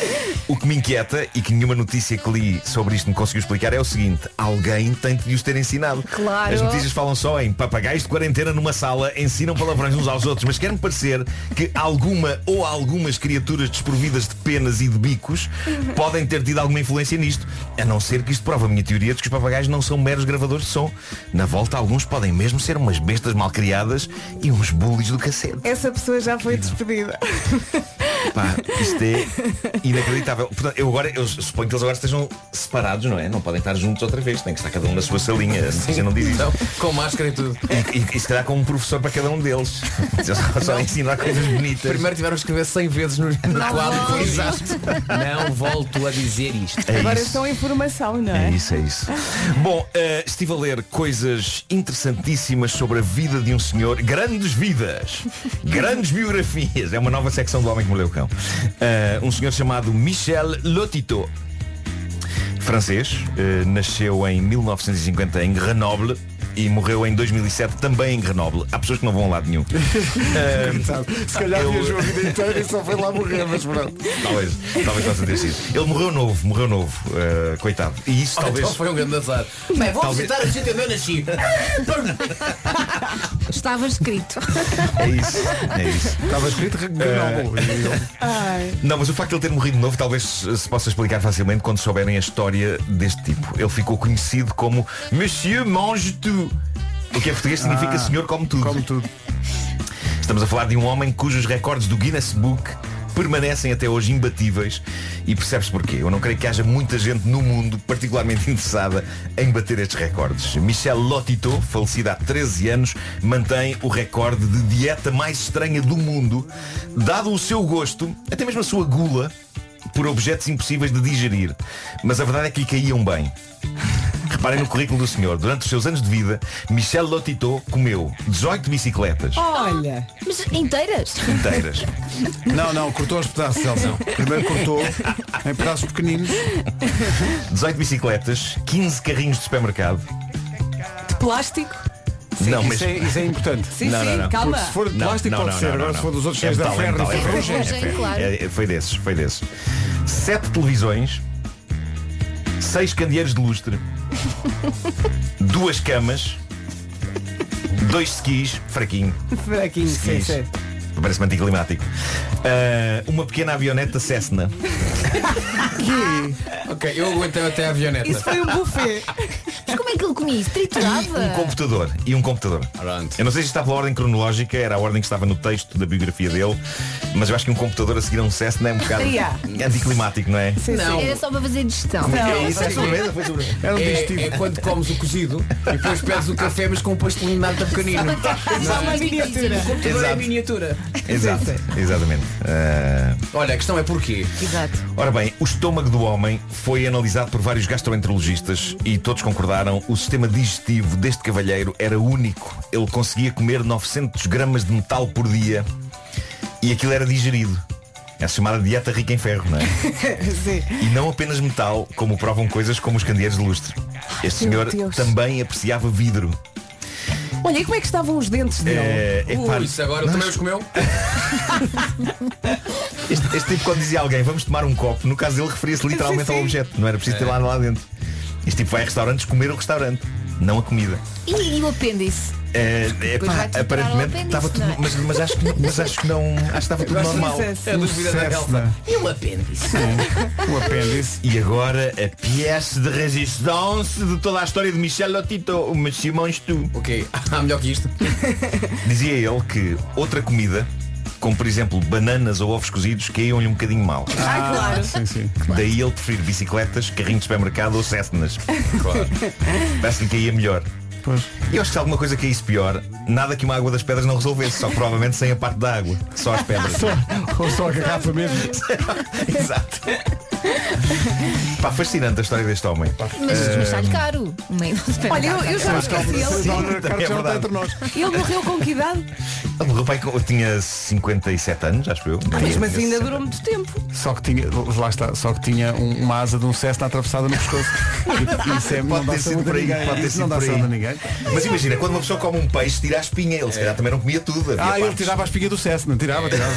Speaker 21: o que me inquieta e que nenhuma notícia que li sobre isto me conseguiu explicar é o seguinte, alguém tem de os ter ensinado.
Speaker 5: Claro.
Speaker 21: As notícias falam só em papagaios de quarentena numa sala, ensinam palavrões uns aos outros, mas quer-me parecer que alguma ou algumas criaturas desprovidas de penas e de bicos podem ter tido alguma influência nisto. A não ser que isto prova a minha teoria de que os papagaios não são meros gravadores de som. Na volta, alguns podem mesmo ser umas bestas malcriadas e uns bullies do cacete.
Speaker 4: Essa pessoa já foi despedida.
Speaker 21: Pá, isto é inacreditável. Portanto, eu agora, eu suponho que eles agora estejam separados, não é? Não podem estar juntos outra vez, tem que estar cada um na sua salinha. Você não diz isso.
Speaker 13: Então, Com máscara e tudo.
Speaker 21: E, e, e se calhar com um professor para cada um deles. Eles Só, só ensinar coisas bonitas.
Speaker 13: Primeiro tiveram que escrever 100 vezes no, no
Speaker 4: Não
Speaker 13: quadro.
Speaker 4: volto.
Speaker 13: Exato. Não volto a dizer isto.
Speaker 21: É
Speaker 4: Agora
Speaker 21: isso.
Speaker 4: são informação, não
Speaker 21: É
Speaker 4: é?
Speaker 21: isso, é isso. Bom, eh, estive a ler coisas interessantíssimas sobre a vida de um senhor. Grandes vidas. Grandes biografias. É uma nova secção do Homem que Moleu o Cão. Eh, um senhor chamado Michel Lotito. francês, eh, nasceu em 1950 em Grenoble e morreu em 2007 também em Grenoble. Há pessoas que não vão a lado nenhum. Eh,
Speaker 2: Se calhar
Speaker 21: eu-
Speaker 2: viajou a vida inteira e só foi lá morrer, mas pronto.
Speaker 21: Talvez, talvez possa ter sido. Ele morreu novo, morreu novo, eh, coitado. E isso
Speaker 13: Olha,
Speaker 21: talvez.
Speaker 13: então foi um grande azar.
Speaker 6: Bem, vou
Speaker 13: Talvez-
Speaker 6: visitar a
Speaker 13: sítio onde eu nasci.
Speaker 4: Oh.
Speaker 5: Estava escrito.
Speaker 21: É isso, é isso.
Speaker 2: Estava escrito Grenoble.
Speaker 5: Ai.
Speaker 21: Não, mas o facto de ele ter morrido novo talvez se possa explicar facilmente quando souberem a história deste tipo. Ele ficou conhecido como Monsieur Mange Tout. O que em português significa
Speaker 2: Ah,
Speaker 21: Senhor Come Tudo. Estamos a falar de um homem cujos recordes do Guinness Book permanecem até hoje imbatíveis e percebes porquê. Eu não creio que haja muita gente no mundo particularmente interessada em bater estes recordes. Michel Lotito, falecido há 13 anos, mantém o recorde de dieta mais estranha do mundo, dado o seu gosto, até mesmo a sua gula, por objetos impossíveis de digerir. Mas a verdade é que lhe caíam bem. Reparem no currículo do senhor. Durante os seus anos de vida, Michel Lotito comeu 18 bicicletas
Speaker 4: Olha.
Speaker 5: Mas inteiras?
Speaker 21: inteiras.
Speaker 2: Não, não, cortou aos pedaços, Celso. Primeiro cortou em pedaços pequeninos.
Speaker 21: 18 bicicletas, 15 carrinhos de supermercado.
Speaker 4: De plástico?
Speaker 21: não, mas...
Speaker 2: isso, é, isso é importante.
Speaker 4: Sim, sim, calma.
Speaker 2: Porque se for de
Speaker 21: Não,
Speaker 2: plástico
Speaker 21: não,
Speaker 2: pode
Speaker 21: não,
Speaker 2: ser,
Speaker 21: não,
Speaker 2: agora
Speaker 21: não,
Speaker 2: se for dos outros
Speaker 21: não.
Speaker 2: seis da
Speaker 21: metal, é
Speaker 2: ferro e
Speaker 21: metal, é
Speaker 2: ferrugem.
Speaker 21: ferrugem, é
Speaker 5: ferrugem,
Speaker 21: ferro.
Speaker 5: claro.
Speaker 21: É, Foi desses, foi desses. Sete televisões, seis candeeiros de lustre, duas camas, dois skis, fraquinho.
Speaker 4: Fraquinho, sim,
Speaker 21: Isso.
Speaker 4: sim.
Speaker 21: Parece-me anticlimático. Ah, uma pequena avioneta Cessna.
Speaker 13: ok, eu aguentei até a avioneta.
Speaker 4: Isso foi um buffet.
Speaker 5: Mas como é que ele comia isso?
Speaker 21: Um
Speaker 5: Triturava?
Speaker 21: computador. E um computador. Eu não sei se está pela ordem cronológica, era a ordem que estava no texto da biografia dele, mas eu acho que um computador a seguir a um Cessna é um bocado
Speaker 5: Yeah.
Speaker 21: anticlimático, não é?
Speaker 5: Não. Era só para fazer digestão.
Speaker 21: Não. É isso, é
Speaker 13: sobremesa,
Speaker 21: foi
Speaker 13: É,
Speaker 2: Era um digestivo.
Speaker 13: é quando comes o cozido e depois pedes o café mas com um pastelinho de nata pequenino.
Speaker 7: Só uma
Speaker 13: Não.
Speaker 7: miniatura.
Speaker 13: O computador é
Speaker 21: Exato.
Speaker 13: miniatura.
Speaker 21: Exato, exatamente. Ah,
Speaker 13: Olha, a questão é porquê.
Speaker 5: Exato.
Speaker 21: Ora bem, o estômago do homem foi analisado por vários gastroenterologistas e todos concordaram, o sistema digestivo deste cavalheiro era único. Ele conseguia comer 900 gramas de metal por dia e aquilo era digerido. É a chamada dieta rica em ferro, não é?
Speaker 4: sim.
Speaker 21: E não apenas metal, como provam coisas como os candeeiros de lustre. Este
Speaker 4: Meu
Speaker 21: senhor
Speaker 4: Deus.
Speaker 21: também apreciava vidro.
Speaker 4: Olha, e como é que estavam os dentes dele?
Speaker 21: É, é
Speaker 4: Ui.
Speaker 21: pá, não,
Speaker 13: os comeu?
Speaker 21: Este, este tipo quando dizia a alguém vamos tomar um copo, no caso dele referia-se literalmente ao objeto, não era preciso ter
Speaker 13: É.
Speaker 21: lá, lá dentro. Este tipo vai a restaurantes comer o restaurante, não a comida.
Speaker 5: E, e o apêndice?
Speaker 21: É, é,
Speaker 5: Pois
Speaker 21: pá,
Speaker 5: vai-te
Speaker 21: aparentemente
Speaker 5: tirar o
Speaker 21: estava
Speaker 5: apêndice,
Speaker 21: tudo,
Speaker 5: não é?
Speaker 21: mas, mas acho que, mas acho que não. Acho que estava tudo
Speaker 13: Gosto do
Speaker 21: normal.
Speaker 13: Cessna. É a dúvida da Elsa. E
Speaker 4: um
Speaker 13: o apêndice?
Speaker 2: O Um apêndice.
Speaker 21: E agora a pièce de resistência de toda a história de Michel Lotito, o Machimões tu.
Speaker 13: Ok, há melhor que isto.
Speaker 21: Dizia ele que outra comida, como por exemplo bananas ou ovos cozidos, caíam-lhe um bocadinho mal.
Speaker 4: Ah, claro.
Speaker 2: Sim, sim.
Speaker 21: Daí ele preferir bicicletas, carrinho de supermercado ou Cessnas. Claro. Parece que lhe caía melhor.
Speaker 2: Pois.
Speaker 21: E eu acho que se alguma coisa caísse pior, nada que uma água das pedras não resolvesse, só que provavelmente sem a parte da água, só as pedras.
Speaker 2: Só- Ou só a garrafa mesmo.
Speaker 21: Exato. Pá, fascinante a história deste homem.
Speaker 5: Mas
Speaker 21: Eh,
Speaker 5: está-lhe caro. Uma ida ao
Speaker 4: Olha, eu,
Speaker 5: supermercado.
Speaker 4: eu já me esqueci. Ele,
Speaker 2: Ricardo
Speaker 21: É
Speaker 2: já não está
Speaker 21: verdade.
Speaker 2: entre nós.
Speaker 4: ele morreu com que idade?
Speaker 21: ele morreu Ah, pai com- tinha 57 anos, acho eu.
Speaker 4: Ah, Mas, mas
Speaker 21: Tinha
Speaker 4: ainda
Speaker 21: 60.
Speaker 4: durou muito tempo.
Speaker 2: Só que tinha, lá está, só que tinha um- uma asa de um Cessna atravessada no pescoço. E- Isso é, não
Speaker 21: Pode
Speaker 2: dá
Speaker 21: ter sido
Speaker 2: saúde a
Speaker 21: por aí,
Speaker 2: ninguém.
Speaker 21: pode ter
Speaker 2: Isso não
Speaker 21: sido
Speaker 2: dá
Speaker 21: por
Speaker 2: saúde a
Speaker 21: aí.
Speaker 2: ninguém.
Speaker 21: Mas imagina, quando uma pessoa come um peixe, tira a espinha, ele se calhar também não comia tudo. havia
Speaker 2: É. Ah, ele
Speaker 21: partes.
Speaker 2: tirava a espinha do Cessna, tirava, tirava.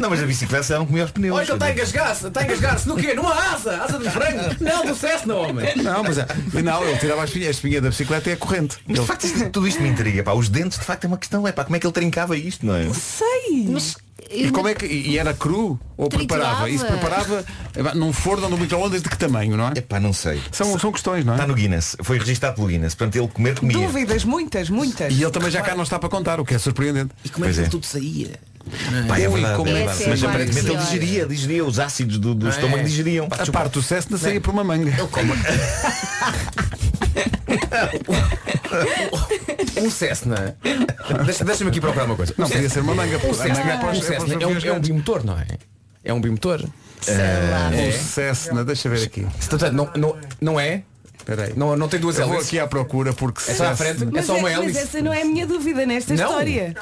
Speaker 21: Não, mas a bicicleta se calhar não comia os pneus.
Speaker 13: Olha É que ele está a engasgar-se, está a engasgar-se no quê? Numa asa, asa de frango. Não, do Cessna, homem.
Speaker 2: Não, mas é, não, ele tirava a espinha, a espinha da bicicleta é a corrente.
Speaker 21: Mas de
Speaker 2: Ele-
Speaker 21: facto isto- tudo isto me intriga, pá. Os dentes de facto é uma questão, é pá, como é que ele trincava isto, não é?
Speaker 4: Sei.
Speaker 5: Mas
Speaker 2: E
Speaker 5: eu
Speaker 2: como é que e era cru ou
Speaker 5: Triturava.
Speaker 2: preparava? Isso preparava eh, vá, num forno ou no microondas de que tamanho, não é?
Speaker 21: É pá, não sei.
Speaker 2: São, são questões, não
Speaker 21: Está
Speaker 2: é?
Speaker 21: no Guinness, foi registado pelo Guinness, portanto ele comer comia.
Speaker 4: Dúvidas, muitas, muitas.
Speaker 21: é
Speaker 2: E ele também já cá não está para contar, o que é surpreendente.
Speaker 13: E como é
Speaker 21: Pois
Speaker 13: que
Speaker 21: é.
Speaker 13: ele tudo saía?
Speaker 21: Pá, é
Speaker 2: Ui,
Speaker 21: verdade,
Speaker 2: como
Speaker 21: é
Speaker 2: é
Speaker 21: verdade.
Speaker 5: que é
Speaker 21: Mas
Speaker 5: mais
Speaker 21: aparentemente ele
Speaker 5: pior.
Speaker 21: digeria, digeria, os ácidos do, do
Speaker 13: Ah,
Speaker 21: estômago
Speaker 13: é.
Speaker 21: digeriam.
Speaker 2: A parte do Cessna
Speaker 13: Né?
Speaker 2: saía por uma manga.
Speaker 13: Ele come. um Cessna. Deixa- Deixa-me aqui procurar uma coisa.
Speaker 2: Não, podia ser uma manga.
Speaker 13: Um
Speaker 2: porque a manga
Speaker 13: Cessna,
Speaker 2: é para os- é
Speaker 13: um
Speaker 2: para os
Speaker 13: Cessna é, um,
Speaker 2: aviões
Speaker 13: é um
Speaker 2: grandes.
Speaker 13: bimotor, não é? É um bimotor. Eh,
Speaker 5: sei lá.
Speaker 2: Um Cessna, deixa ver aqui.
Speaker 13: Portanto, tá- não, não, não é?
Speaker 2: Espera aí.
Speaker 13: Não, não tem duas
Speaker 2: Eu vou
Speaker 13: hélices.
Speaker 2: aqui à procura porque
Speaker 13: É só à frente?
Speaker 2: Cessna...
Speaker 13: É
Speaker 4: Mas,
Speaker 13: só uma
Speaker 4: mas
Speaker 13: hélice.
Speaker 4: essa não é a minha dúvida nesta
Speaker 13: Não.
Speaker 4: história.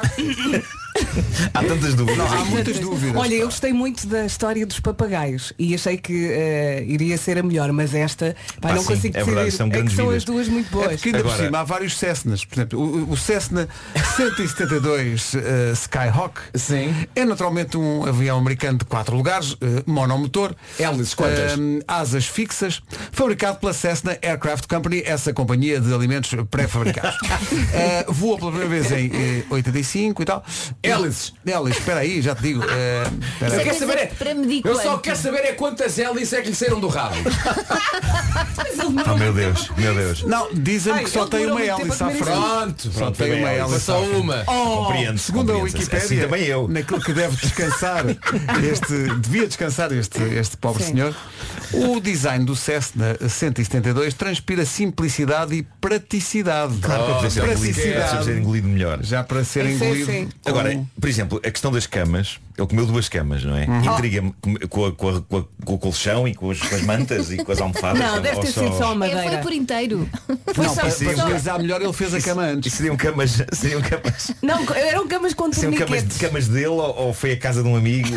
Speaker 21: Há tantas dúvidas.
Speaker 2: Não, há
Speaker 21: aqui.
Speaker 2: muitas dúvidas.
Speaker 4: Olha, eu gostei muito da história dos papagaios e achei que eh, iria ser a melhor, mas esta, pá,
Speaker 21: Pá,
Speaker 4: não
Speaker 21: sim,
Speaker 4: consigo
Speaker 21: é
Speaker 4: decidir.
Speaker 21: verdade, são
Speaker 4: É que
Speaker 21: grandes
Speaker 4: são
Speaker 21: vidas.
Speaker 4: as duas muito
Speaker 2: É
Speaker 4: boas.
Speaker 2: porque ainda por
Speaker 21: Agora-
Speaker 2: cima há vários Cessnas. Por exemplo, o, o Cessna 172 eh, Skyhawk é naturalmente um avião americano de quatro lugares, eh, monomotor.
Speaker 13: Hélices quantas?
Speaker 2: eh, asas fixas, fabricado pela Cessna Aircraft Company, essa companhia de alimentos pré-fabricados. Eh, voa pela primeira vez em eh, 85 e tal. Hélices. Hélices, espera aí, já te digo. eh, espera
Speaker 13: Eu,
Speaker 2: aí.
Speaker 13: quero saber é,
Speaker 5: Para medir
Speaker 13: eu só
Speaker 5: quanto.
Speaker 13: quero saber é quantas hélices é que lhe saíram do rabo.
Speaker 21: Oh, meu Deus, meu Deus.
Speaker 2: Não, dizem-me que só tem uma hélice à frente.
Speaker 13: Pronto,
Speaker 2: Só tem é uma hélice.
Speaker 13: Só
Speaker 2: à frente.
Speaker 13: uma.
Speaker 21: Compreendo,
Speaker 2: Oh, segundo a
Speaker 21: compreendo.
Speaker 2: Wikipédia, né?
Speaker 21: Assim também eu.
Speaker 2: naquilo que deve descansar, este, devia descansar este, este pobre senhor, o design do Cessna 172 transpira simplicidade e praticidade.
Speaker 21: Claro que é eu podia ser engolido, podia ser
Speaker 2: praticidade.
Speaker 21: engolido melhor.
Speaker 2: Já Uhum. para ser
Speaker 4: Sim, sim,
Speaker 2: engolido.
Speaker 4: sim.
Speaker 2: com-
Speaker 21: Agora, por exemplo, a questão das camas, ele comeu duas camas, não é? Intriga-me com, com a- com a- com a- com o colchão e com as, com as mantas e com as almofadas.
Speaker 4: Não, deve
Speaker 21: ou
Speaker 4: ter sido só
Speaker 5: É,
Speaker 4: madeira.
Speaker 5: foi por inteiro.
Speaker 2: Não, é para,
Speaker 21: Sim,
Speaker 2: para realizar melhor ele fez a cama antes.
Speaker 21: é um- Isso seriam camas, seriam camas,
Speaker 4: Não, eram um camas com
Speaker 21: seriam um camas,
Speaker 4: torniquetes.
Speaker 21: camas dele ou, ou foi a casa de um amigo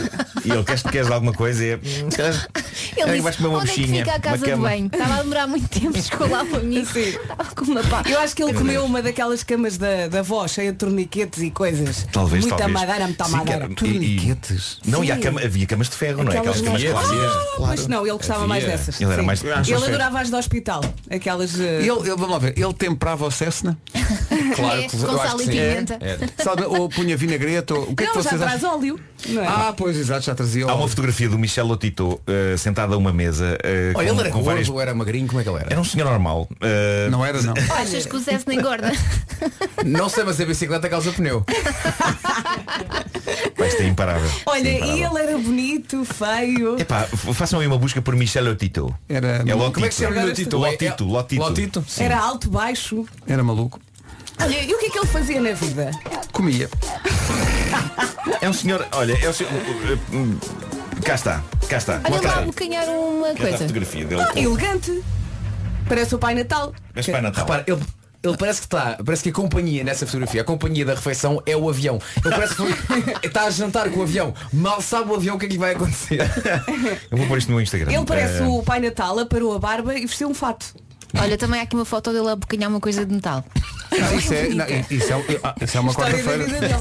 Speaker 21: e ele queres que queres alguma coisa? E é,
Speaker 4: Hum.
Speaker 21: se calhar,
Speaker 5: Ele
Speaker 21: olha,
Speaker 5: disse,
Speaker 21: vais comer uma
Speaker 5: onde é que
Speaker 21: buchinha,
Speaker 5: fica a
Speaker 21: uma
Speaker 5: casa de
Speaker 21: cama."
Speaker 5: banho? Estava a demorar muito tempo, chegou lá para mim. Estava com uma pá.
Speaker 4: Eu acho
Speaker 21: É
Speaker 4: que ele comeu uma daquelas camas da, da avó, cheia de torniquetes e coisas.
Speaker 21: Talvez,
Speaker 4: muita
Speaker 21: talvez.
Speaker 4: madeira, muita
Speaker 21: Sim,
Speaker 4: madeira.
Speaker 21: cara, e- e- Não, e há
Speaker 4: Sim.
Speaker 21: cama- havia camas de ferro, não é? Aquelas camas
Speaker 4: das-
Speaker 21: clássicas.
Speaker 4: Ah, Pois não, ele gostava
Speaker 21: Havia.
Speaker 4: mais dessas.
Speaker 21: Ele era
Speaker 4: sim.
Speaker 21: mais-
Speaker 4: Ele adorava as do hospital. Aquelas. eh,
Speaker 21: é-
Speaker 2: Ele, ele- vamos lá ver, ele temperava o Cessna?
Speaker 5: Claro que- É, eu com acho sal que e sim. pimenta.
Speaker 2: É. Sabe, ou punha vinagrete, ou, o que é que
Speaker 4: não, já
Speaker 2: vocês
Speaker 4: traz
Speaker 2: acham?
Speaker 4: óleo. não é?
Speaker 2: Ah, pois exato, já trazia
Speaker 21: Há uma
Speaker 2: óleo.
Speaker 21: fotografia do Michel Lotito eh, sentado a uma mesa. eh,
Speaker 13: Olha, ele
Speaker 21: com,
Speaker 13: era
Speaker 21: com
Speaker 13: gordo,
Speaker 21: várias...
Speaker 13: era magrinho, como é que ele era?
Speaker 21: Era um senhor normal. eh,
Speaker 2: Não era não.
Speaker 5: Achas que o César nem engorda?
Speaker 13: Não sei, mas a bicicleta causa pneu.
Speaker 21: Pá, isto é imparável.
Speaker 4: Olha,
Speaker 21: Isto é
Speaker 4: e
Speaker 21: imparável.
Speaker 4: ele era bonito, feio.
Speaker 21: Epá, f- façam aí uma busca por Michel Lotito.
Speaker 2: Era,
Speaker 21: É
Speaker 2: maluco.
Speaker 21: Lotito.
Speaker 13: Como é que se chama o título?
Speaker 21: Lotito, Lotito.
Speaker 13: Lotito? Sim.
Speaker 4: Era alto, baixo.
Speaker 2: era maluco.
Speaker 4: Olha, e o que é que ele fazia na vida?
Speaker 2: Comia.
Speaker 21: É um senhor, olha, é o senhor. eh, hum, Cá está, cá está. Lá
Speaker 5: Olha
Speaker 21: está.
Speaker 5: lá, a bocanhar uma
Speaker 21: Cá está a
Speaker 5: coisa.
Speaker 21: fotografia dele. com-
Speaker 4: Ah, Elegante. Parece o Pai Natal.
Speaker 21: Mas para Natal.
Speaker 13: Repara, ele, ele parece que está, parece que a companhia nessa fotografia, a companhia da refeição é o avião. Ele parece que foi- está a jantar com o avião. Mal sabe o avião o que é que lhe vai acontecer.
Speaker 21: Eu vou pôr isto no meu Instagram.
Speaker 4: Ele parece
Speaker 21: Eh,
Speaker 4: o Pai Natal, aparou a barba e vestiu um fato.
Speaker 5: Olha, também há aqui uma foto dele a bocanhar uma coisa de Natal.
Speaker 2: Não, isso, é, não, isso, é, ah, isso é uma
Speaker 4: História da
Speaker 2: quarta-feira.
Speaker 4: vida dele.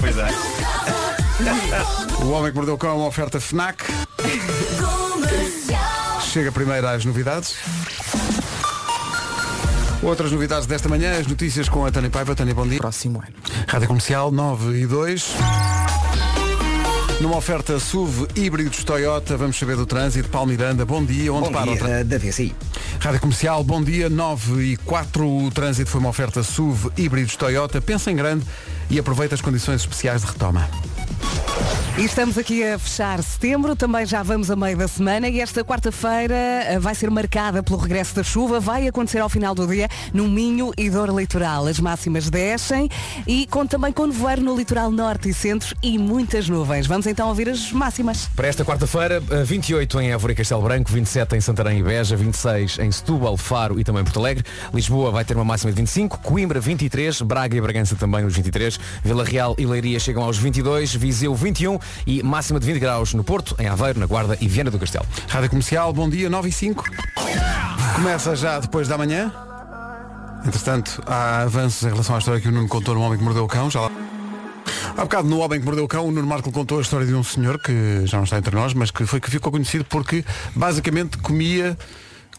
Speaker 21: Pois é.
Speaker 2: O Homem que Mordeu o Cão é uma oferta FNAC. Chega primeiro às novidades. Outras novidades desta manhã, as notícias com a Tânia Paiva. Tânia, bom dia.
Speaker 7: Próximo ano.
Speaker 2: Rádio Comercial 9 e 2. Numa oferta SUV híbridos Toyota, vamos saber do trânsito. Paulo Miranda, bom dia. Onde
Speaker 3: Bom
Speaker 2: para o
Speaker 3: dia,
Speaker 2: trânsito?
Speaker 3: eh, da VCI.
Speaker 2: Rádio Comercial, bom dia, 9 e 4, o trânsito foi uma oferta SUV, híbridos Toyota, pensa em grande e aproveita as condições especiais de retoma.
Speaker 4: E estamos aqui a fechar setembro, também já vamos a meio da semana e esta quarta-feira eh, vai ser marcada pelo regresso da chuva, vai acontecer ao final do dia no Minho e Douro Litoral. As máximas descem e conta também com nevoeiro no litoral norte e centro e muitas nuvens. Vamos então ouvir as máximas.
Speaker 15: Para esta quarta-feira, eh, 28 em Évora e Castelo Branco, 27 em Santarém e Beja, 26 em Setúbal, Faro e também Porto Alegre. Lisboa vai ter uma máxima de 25, Coimbra 23, Braga e Bragança também nos 23, Vila Real e Leiria chegam aos 22, Viseu 21 e máxima de 20 graus no Porto, em Aveiro, na Guarda e Viana do Castelo.
Speaker 2: Rádio Comercial, bom dia, 9 e 5. Começa já depois da manhã. Entretanto, há avanços em relação à história que o Nuno contou no Homem que Mordeu o Cão. Já lá... Há bocado no Homem que Mordeu o Cão, o Nuno Marco contou a história de um senhor que já não está entre nós, mas que foi que ficou conhecido porque basicamente comia...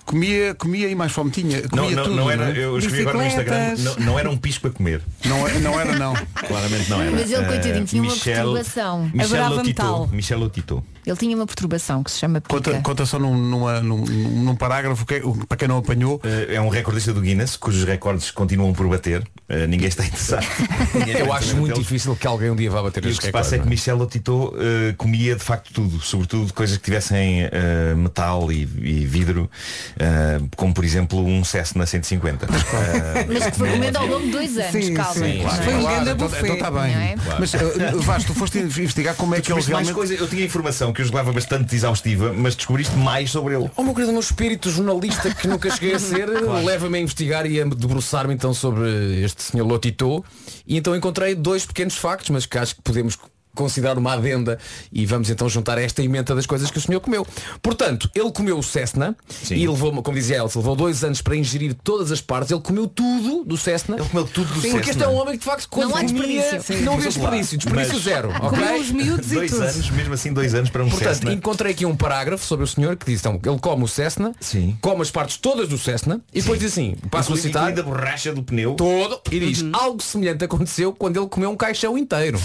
Speaker 2: Comia, comia e mais fome tinha.
Speaker 21: Não,
Speaker 2: Comia
Speaker 21: não,
Speaker 2: tudo,
Speaker 21: não era,
Speaker 2: é?
Speaker 21: eu escrevi agora no Instagram,
Speaker 4: Bicicletas.
Speaker 21: não, não era um piso para comer.
Speaker 2: Não, é- não era não.
Speaker 21: Claramente não era.
Speaker 5: Mas ele,
Speaker 21: Eh,
Speaker 5: coitadinho, tinha uma
Speaker 21: Michel-
Speaker 5: perturbação.
Speaker 21: Michel
Speaker 4: Adorava
Speaker 21: Lotito.
Speaker 4: metal.
Speaker 21: Michel Lotito.
Speaker 5: Ele tinha uma perturbação que se chama pica.
Speaker 2: Conta, conta só num, numa- num, num parágrafo que- para quem não apanhou.
Speaker 21: Eh, É um recordista do Guinness, cujos recordes continuam por bater. Eh, Ninguém está interessado. Ninguém está
Speaker 15: Eu
Speaker 21: interessado
Speaker 15: acho muito
Speaker 21: neles.
Speaker 15: difícil que alguém um dia vá bater
Speaker 21: E o
Speaker 15: este
Speaker 21: que se
Speaker 15: recorde.
Speaker 21: passa é que
Speaker 15: não é?
Speaker 21: Michel Lotito eh, comia de facto tudo, sobretudo coisas que tivessem eh, metal e, e vidro, eh, como por exemplo um Cessna 150. Eh,
Speaker 5: Mas que foi comendo ao longo de dois anos,
Speaker 4: Sim,
Speaker 5: calma.
Speaker 4: sim,
Speaker 5: não é?
Speaker 4: Foi um grande
Speaker 2: então,
Speaker 4: buffet.
Speaker 21: tá
Speaker 2: então está bem.
Speaker 5: Não é?
Speaker 2: Mas eh, Vasco, tu foste investigar como é que eles
Speaker 21: Mas mais
Speaker 2: realmente.
Speaker 21: coisa, eu tinha informação que eu julgava bastante exaustiva, mas descobriste mais sobre ele.
Speaker 13: Oh, meu querido, o meu espírito jornalista que nunca cheguei a ser
Speaker 21: Claro.
Speaker 13: leva-me a investigar e a debruçar-me então sobre este senhor Lotito. E então encontrei dois pequenos factos, mas que acho que podemos considerar uma adenda e vamos então juntar esta emenda das coisas que o senhor comeu. Portanto, ele comeu o Cessna e levou, como dizia Elsa, levou dois anos para ingerir todas as partes. Ele comeu tudo do Cessna. Ele
Speaker 21: comeu tudo
Speaker 13: Sim, Porque este é um homem que de facto quando
Speaker 5: Não há
Speaker 13: comia,
Speaker 5: desperdício. um
Speaker 13: não
Speaker 5: Sim.
Speaker 13: havia desperdício, desperdício
Speaker 21: Mas-
Speaker 13: zero. ok?
Speaker 21: Comeu os miúdos e Dois tudo. anos, mesmo assim dois anos para um
Speaker 13: Portanto,
Speaker 21: Cessna.
Speaker 13: encontrei aqui um parágrafo sobre o senhor que diz, então, ele come o Cessna, come as partes todas do Cessna e depois diz assim, passo a
Speaker 21: Inclusive,
Speaker 13: citar.
Speaker 21: incluindo a borracha do pneu.
Speaker 13: Todo. E diz, algo semelhante aconteceu quando ele comeu um caixão inteiro.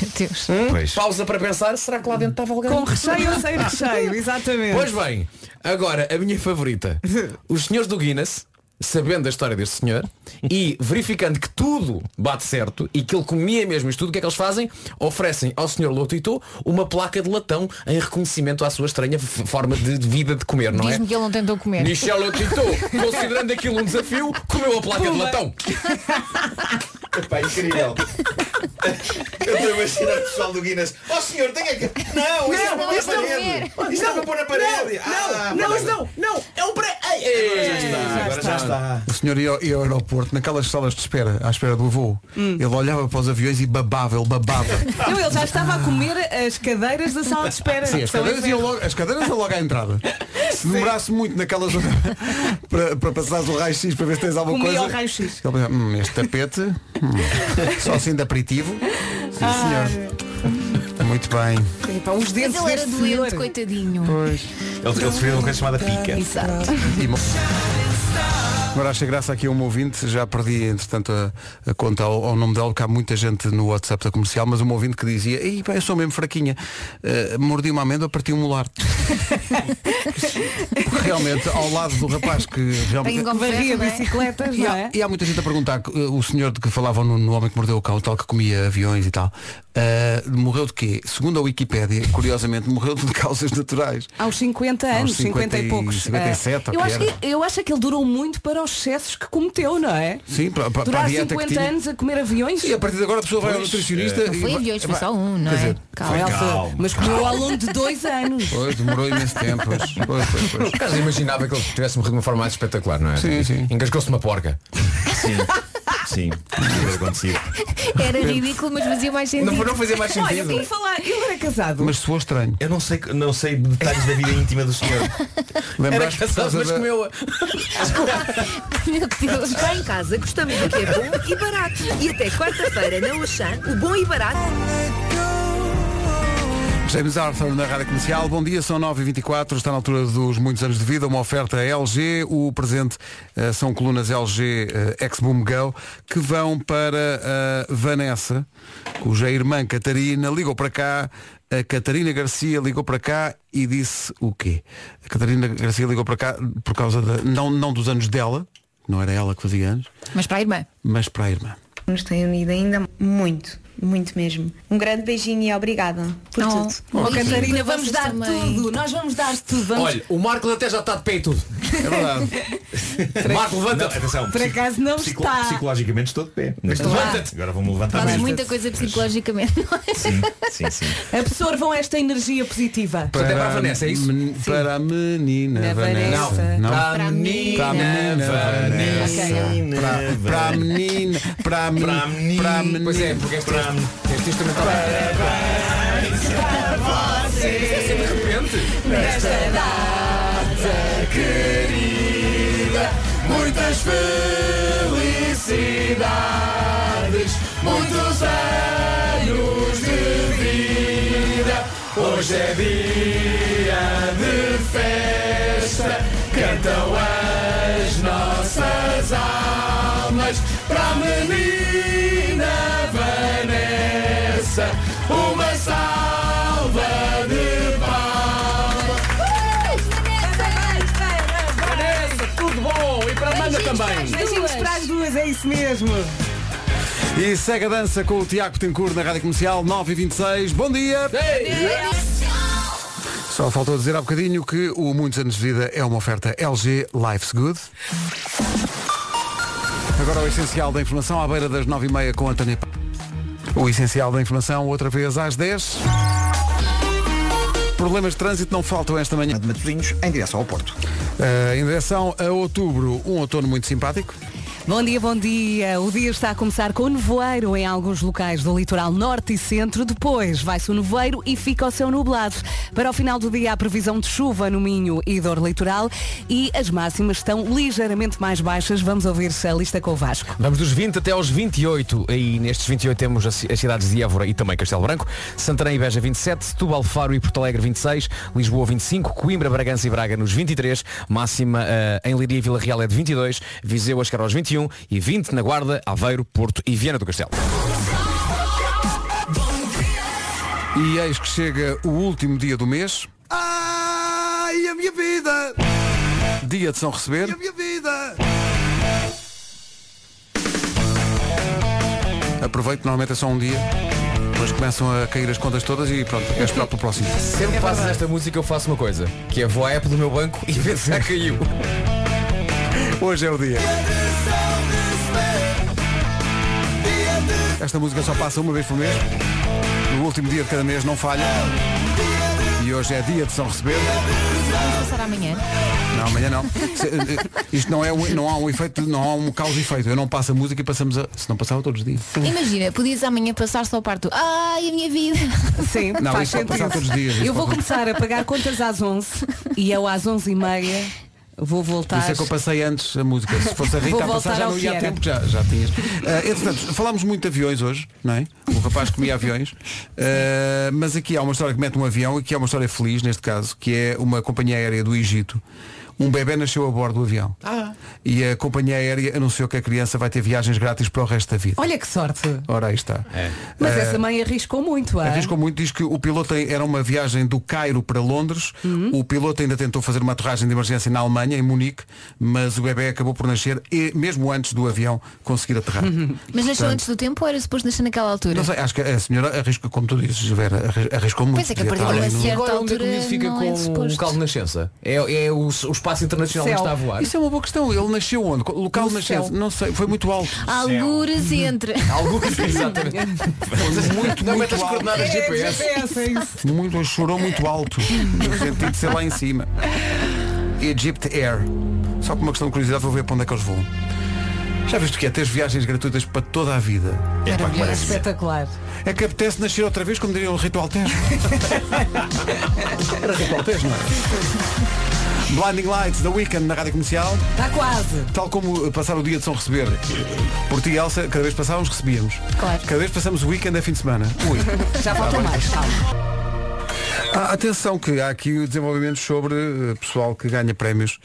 Speaker 5: Meu Deus.
Speaker 21: Pois.
Speaker 13: Pausa para pensar, será que lá dentro estava alguém?
Speaker 4: Com recheio ou sem recheio, exatamente.
Speaker 13: Pois bem, agora a minha favorita. Os senhores do Guinness, sabendo a história deste senhor e verificando que tudo bate certo e que ele comia mesmo isto tudo, o que é que eles fazem? Oferecem ao senhor Lotito uma placa de latão em reconhecimento à sua estranha f- forma de de vida de comer, não é?
Speaker 5: Diz-me que ele não tentou comer.
Speaker 13: Michel Lotito, considerando aquilo um desafio, comeu a placa de
Speaker 5: Pumba.
Speaker 13: latão.
Speaker 21: Epá, incrível. Eu estou a imaginar o pessoal do Guinness. Oh senhor, tenha que. Não, isto
Speaker 18: Não,
Speaker 21: não, é
Speaker 18: isto
Speaker 21: para
Speaker 18: não.
Speaker 21: pôr na
Speaker 18: Não,
Speaker 21: parede. Isto é para pôr na parede. Ah,
Speaker 18: não,
Speaker 21: parada.
Speaker 18: isto não,
Speaker 13: não, é um pré.
Speaker 21: Agora já está.
Speaker 2: O senhor ia ao, ia ao aeroporto, naquelas salas de espera, à espera do voo,
Speaker 18: Hum.
Speaker 2: ele olhava para os aviões e babava, ele babava.
Speaker 4: Não, Então, ele já estava a comer as cadeiras da sala de espera.
Speaker 2: Sim, as
Speaker 4: São
Speaker 2: cadeiras, iam logo, as cadeiras iam logo à entrada. Se demorasse muito naquela zona para, para passares o raio-x para ver se tens alguma
Speaker 4: Comia o
Speaker 2: coisa.
Speaker 4: raio-x.
Speaker 2: Ele pensava, "Hum, este tapete, hum, só assim de aperitivo. Sim, senhor. Muito bem.
Speaker 4: Epá, os
Speaker 5: Mas
Speaker 4: dentes
Speaker 5: ele era
Speaker 4: deste senhor.
Speaker 5: doente, coitadinho.
Speaker 2: Pois.
Speaker 21: Ele, ele sofreu de uma coisa chamada pica.
Speaker 5: Exato.
Speaker 2: E mo- Agora achei graça aqui a um ouvinte, já perdi entretanto a, a conta ao, ao nome dela, porque há muita gente no WhatsApp da comercial, mas um ouvinte que dizia, Ei, pá, eu sou mesmo fraquinha, Eh, mordi uma amêndoa, parti um molar. Porque realmente, ao lado do rapaz que realmente.
Speaker 4: Varria
Speaker 5: é?
Speaker 4: bicicletas,
Speaker 2: E
Speaker 4: não
Speaker 2: há,
Speaker 4: é?
Speaker 2: e há muita gente a perguntar, eh, o senhor de que falavam no, no Homem que Mordeu o Cão, o tal que comia aviões e tal, eh, morreu de quê? Segundo a Wikipédia, curiosamente, morreu de causas naturais.
Speaker 4: Aos 50 anos, 50,
Speaker 2: 50
Speaker 4: e
Speaker 2: e
Speaker 4: poucos.
Speaker 2: 57,
Speaker 4: Ah,
Speaker 2: ou
Speaker 4: eu,
Speaker 2: que
Speaker 4: acho
Speaker 2: era.
Speaker 4: que, eu acho que ele durou muito para os excessos que cometeu, não é?
Speaker 2: Sim, para, para, para a
Speaker 4: Durar
Speaker 2: dieta que
Speaker 4: 50
Speaker 2: tinha.
Speaker 4: anos a comer aviões?
Speaker 2: E a partir de agora a pessoa vai ao
Speaker 4: Pois,
Speaker 2: nutricionista
Speaker 4: é. Não
Speaker 2: e
Speaker 4: foi
Speaker 2: vai-
Speaker 4: aviões, foi
Speaker 2: vai-
Speaker 4: só um, não
Speaker 2: Quer
Speaker 4: é?
Speaker 2: dizer,
Speaker 4: Calma,
Speaker 2: foi-
Speaker 4: Elsa, mas comeu ao longo de dois anos.
Speaker 2: Pois, demorou imenso tempo. Pois, pois, pois, pois.
Speaker 13: Por acaso imaginava que ele tivesse morrido de uma forma mais espetacular, não é?
Speaker 2: Sim, sim.
Speaker 13: Engasgou-se uma porca.
Speaker 21: Sim. Sim. Acontecido.
Speaker 5: Era ridículo, mas fazia mais sentido.
Speaker 13: Não, não fazia mais
Speaker 4: Olha, como falar, ele era casado.
Speaker 2: Mas soou estranho.
Speaker 21: Eu não sei, não sei detalhes da vida íntima do senhor.
Speaker 2: Lembraste por causa da-
Speaker 13: comeu.
Speaker 5: Meu Deus.
Speaker 1: Cá em casa gostamos do que é bom e barato. E até quarta-feira na Oxan, o bom e barato.
Speaker 2: James Arthur na Rádio Comercial. Bom dia, são 9h24, está na altura dos muitos anos de vida, uma oferta LG. O presente eh, são colunas LG eh, X-Boom Go que vão para a Vanessa, cuja irmã Catarina ligou para cá. A Catarina Garcia ligou para cá e disse o quê? A Catarina Garcia ligou para cá por causa da, não, não dos anos dela, não era ela que fazia anos,
Speaker 5: Mas para a irmã.
Speaker 2: mas para a irmã.
Speaker 22: Nos tem unido ainda muito, muito mesmo. Um grande beijinho e obrigada por tudo.
Speaker 4: Oh, Catarina, vamos dar tudo. Nós vamos dar tudo. Vamos...
Speaker 13: Olha, o Marco até já está de pé e tudo.
Speaker 2: É verdade.
Speaker 13: Marco,
Speaker 21: Não, atenção.
Speaker 4: Por acaso não
Speaker 21: Psico-
Speaker 4: está.
Speaker 21: Psicologicamente estou de pé.
Speaker 13: Mas levanta-te.
Speaker 21: Agora vou-me levantar
Speaker 5: Fazes
Speaker 21: mais.
Speaker 5: muita coisa psicologicamente.
Speaker 21: Sim, sim, sim.
Speaker 4: Absorvam esta energia positiva.
Speaker 2: men- para a menina
Speaker 4: Na
Speaker 2: Vanessa.
Speaker 4: Vanessa.
Speaker 2: Não.
Speaker 4: Para a menina
Speaker 2: Para a menina
Speaker 4: Vanessa.
Speaker 2: Vanessa.
Speaker 4: Ok.
Speaker 2: Para- Para a menina. Para a menina. Para a É, menina.
Speaker 13: Pois é, porque este, este instrumental. é
Speaker 18: De repente.
Speaker 13: Nesta
Speaker 18: data querida, muitas felicidades, muitos anos de vida. Hoje é dia de festa, cantam as nossas almas para a menina Vanessa. Uma salva de palmas.
Speaker 13: Vanessa, tudo bom! E para a Amanda também!
Speaker 4: Beijinhos para as duas, é isso mesmo.
Speaker 2: E segue a dança com o Tiago Tencourt na Rádio Comercial 9 e 26 Bom dia! Só faltou dizer há bocadinho que o Muitos Anos de Vida é uma oferta LG Life's Good. Agora o essencial da informação à beira das 9h30 com António Pa- O essencial da informação outra vez às 10. Problemas de trânsito não faltam esta manhã.
Speaker 3: De Matosinhos, em direção ao Porto.
Speaker 2: Eh, em direção a outubro, um outono muito simpático.
Speaker 4: Bom dia, bom dia. O dia está a começar com nevoeiro em alguns locais do litoral norte e centro. Depois vai-se o nevoeiro e fica o céu nublado. Para o final do dia há previsão de chuva no Minho e dor litoral e as máximas estão ligeiramente mais baixas. Vamos ouvir-se a lista com o Vasco.
Speaker 15: Vamos dos 20 até aos 28. Aí nestes 28 temos as, as cidades de Évora e também Castelo Branco. Santarém e Beja 27, Setúbal, Faro e Porto Alegre 26, Lisboa 25, Coimbra, Bragança e Braga nos 23, máxima eh, em Leiria e Vila Real é de 22, Viseu a chegar aos 21 e 20 na Guarda, Aveiro, Porto e Viana do Castelo.
Speaker 2: E eis que chega o último dia do mês. Ai, a minha vida! Dia de São Receber.
Speaker 18: minha vida!
Speaker 2: Aproveito, normalmente é só um dia. Depois começam a cair as contas todas e pronto, é esperar pelo próximo.
Speaker 13: Sempre que passas esta música eu faço uma coisa, que é vou à app do meu banco e ver se já caiu.
Speaker 2: Hoje é o dia. Esta música só passa uma vez por mês. No último dia de cada mês não falha. E hoje é dia de São Receber.
Speaker 5: Vamos passar amanhã.
Speaker 2: Não, amanhã não. Se, eh, Isto não, é, um- não há um efeito, não há um causa e efeito. Eu não passo a música e passamos a. Se não passava todos os dias.
Speaker 5: Imagina, podias amanhã passar só a parte do Ai, a minha vida.
Speaker 4: Sim,
Speaker 2: Não,
Speaker 4: faz
Speaker 2: isso
Speaker 4: sentido.
Speaker 2: pode passar todos os dias, isso
Speaker 4: eu vou
Speaker 2: pode-
Speaker 4: começar a pagar contas às 11 e eu às 11 e meia vou
Speaker 2: Por
Speaker 4: voltar.
Speaker 2: isso é que eu passei antes a música. Se fosse a Rita
Speaker 4: Vou
Speaker 2: a passar
Speaker 4: voltar
Speaker 2: já
Speaker 4: ao
Speaker 2: não
Speaker 4: que
Speaker 2: ia a
Speaker 4: era.
Speaker 2: tempo, já, já tinhas. Ah, entretanto, falámos muito de aviões hoje, não é? O rapaz comia aviões. Ah, mas aqui há uma história que mete um avião e que é uma história feliz neste caso, que é uma companhia aérea do Egito. Um bebê nasceu a bordo do avião.
Speaker 4: Ah.
Speaker 2: E a companhia aérea anunciou que a criança vai ter viagens grátis para o resto da vida.
Speaker 4: Olha que sorte.
Speaker 2: Ora aí está.
Speaker 4: Mas
Speaker 2: Ah,
Speaker 4: essa mãe arriscou muito,
Speaker 5: É?
Speaker 4: ah.
Speaker 2: Arriscou muito, diz que o piloto é- era uma viagem do Cairo para Londres.
Speaker 5: Uhum.
Speaker 2: O piloto ainda tentou fazer uma aterragem de emergência na Alemanha, em Munique, mas o bebê acabou por nascer e mesmo antes do avião conseguir aterrar.
Speaker 5: Mas nasceu
Speaker 2: Portanto,
Speaker 5: antes do tempo ou era suposto nascer naquela altura?
Speaker 2: Não sei, acho que a senhora arrisca, como tu dizes, Vera, arris- arriscou muito.
Speaker 5: Pois é que a
Speaker 2: Devia
Speaker 5: partir
Speaker 2: estar
Speaker 5: de
Speaker 2: ali
Speaker 5: uma certa
Speaker 13: Agora onde é que o
Speaker 5: altura
Speaker 13: miúdo fica
Speaker 5: não é
Speaker 13: com o
Speaker 5: suposto.
Speaker 13: local de nascença? É, é o, o espaço internacional onde
Speaker 5: Céu.
Speaker 13: está a voar.
Speaker 2: Isso é uma boa questão. Ele nasceu onde? Qual- Local de
Speaker 13: No
Speaker 2: nascença?
Speaker 13: céu.
Speaker 2: Não sei, foi muito alto.
Speaker 5: Algures entre.
Speaker 13: Algures,
Speaker 4: É
Speaker 13: exatamente.
Speaker 2: muito,
Speaker 13: Não
Speaker 2: muito
Speaker 13: metas
Speaker 2: alto. É,
Speaker 13: coordenadas GPS.
Speaker 2: Muito, chorou muito alto. No sentido de ser lá em cima. Egypt Air. Só por uma questão de curiosidade vou ver para onde é que eles voam. Já viste o que é? Teres viagens gratuitas para toda a vida. É pá, que
Speaker 4: Maravilhoso,
Speaker 2: maravilha.
Speaker 4: espetacular.
Speaker 2: É que apetece nascer outra vez, como diria o Ritual Tejo. Era Ritual Tejo, não é? Blinding Lights, The Weekend na Rádio Comercial.
Speaker 4: Está quase.
Speaker 2: Tal como eh, passar o dia de São Receber. Por ti, Elsa, cada vez passávamos, recebíamos.
Speaker 4: Claro.
Speaker 2: Cada vez passamos o weekend a fim de semana. Ui.
Speaker 4: Já falta
Speaker 2: Tá bem.
Speaker 4: mais. calma.
Speaker 2: Ah, atenção que há aqui desenvolvimentos sobre eh, pessoal que ganha prémios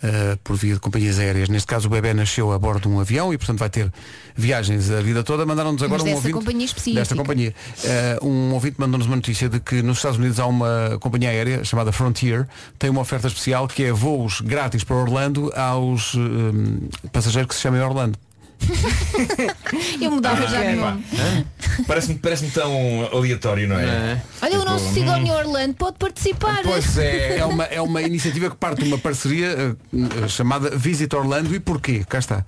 Speaker 2: eh, por via de companhias aéreas. Neste caso o bebê nasceu a bordo de um avião e portanto vai ter viagens a vida toda. Mandaram-nos agora
Speaker 5: Mas
Speaker 2: um
Speaker 5: dessa
Speaker 2: ouvinte
Speaker 5: companhia específica.
Speaker 2: desta companhia. Eh, um ouvinte mandou-nos uma notícia de que nos Estados Unidos há uma companhia aérea chamada Frontier, tem uma oferta especial que é voos grátis para Orlando aos eh, passageiros que se chamem Orlando.
Speaker 5: Eu mudava já de
Speaker 21: pá.
Speaker 5: nome.
Speaker 21: Hã? Parece-me parece tão aleatório, não é?
Speaker 5: Olha o nosso
Speaker 21: Tipo,
Speaker 5: Sigourney Orlando, pode participar.
Speaker 2: Pois é, é uma, é uma iniciativa que parte de uma parceria eh, eh, chamada Visit Orlando e porquê? Cá está.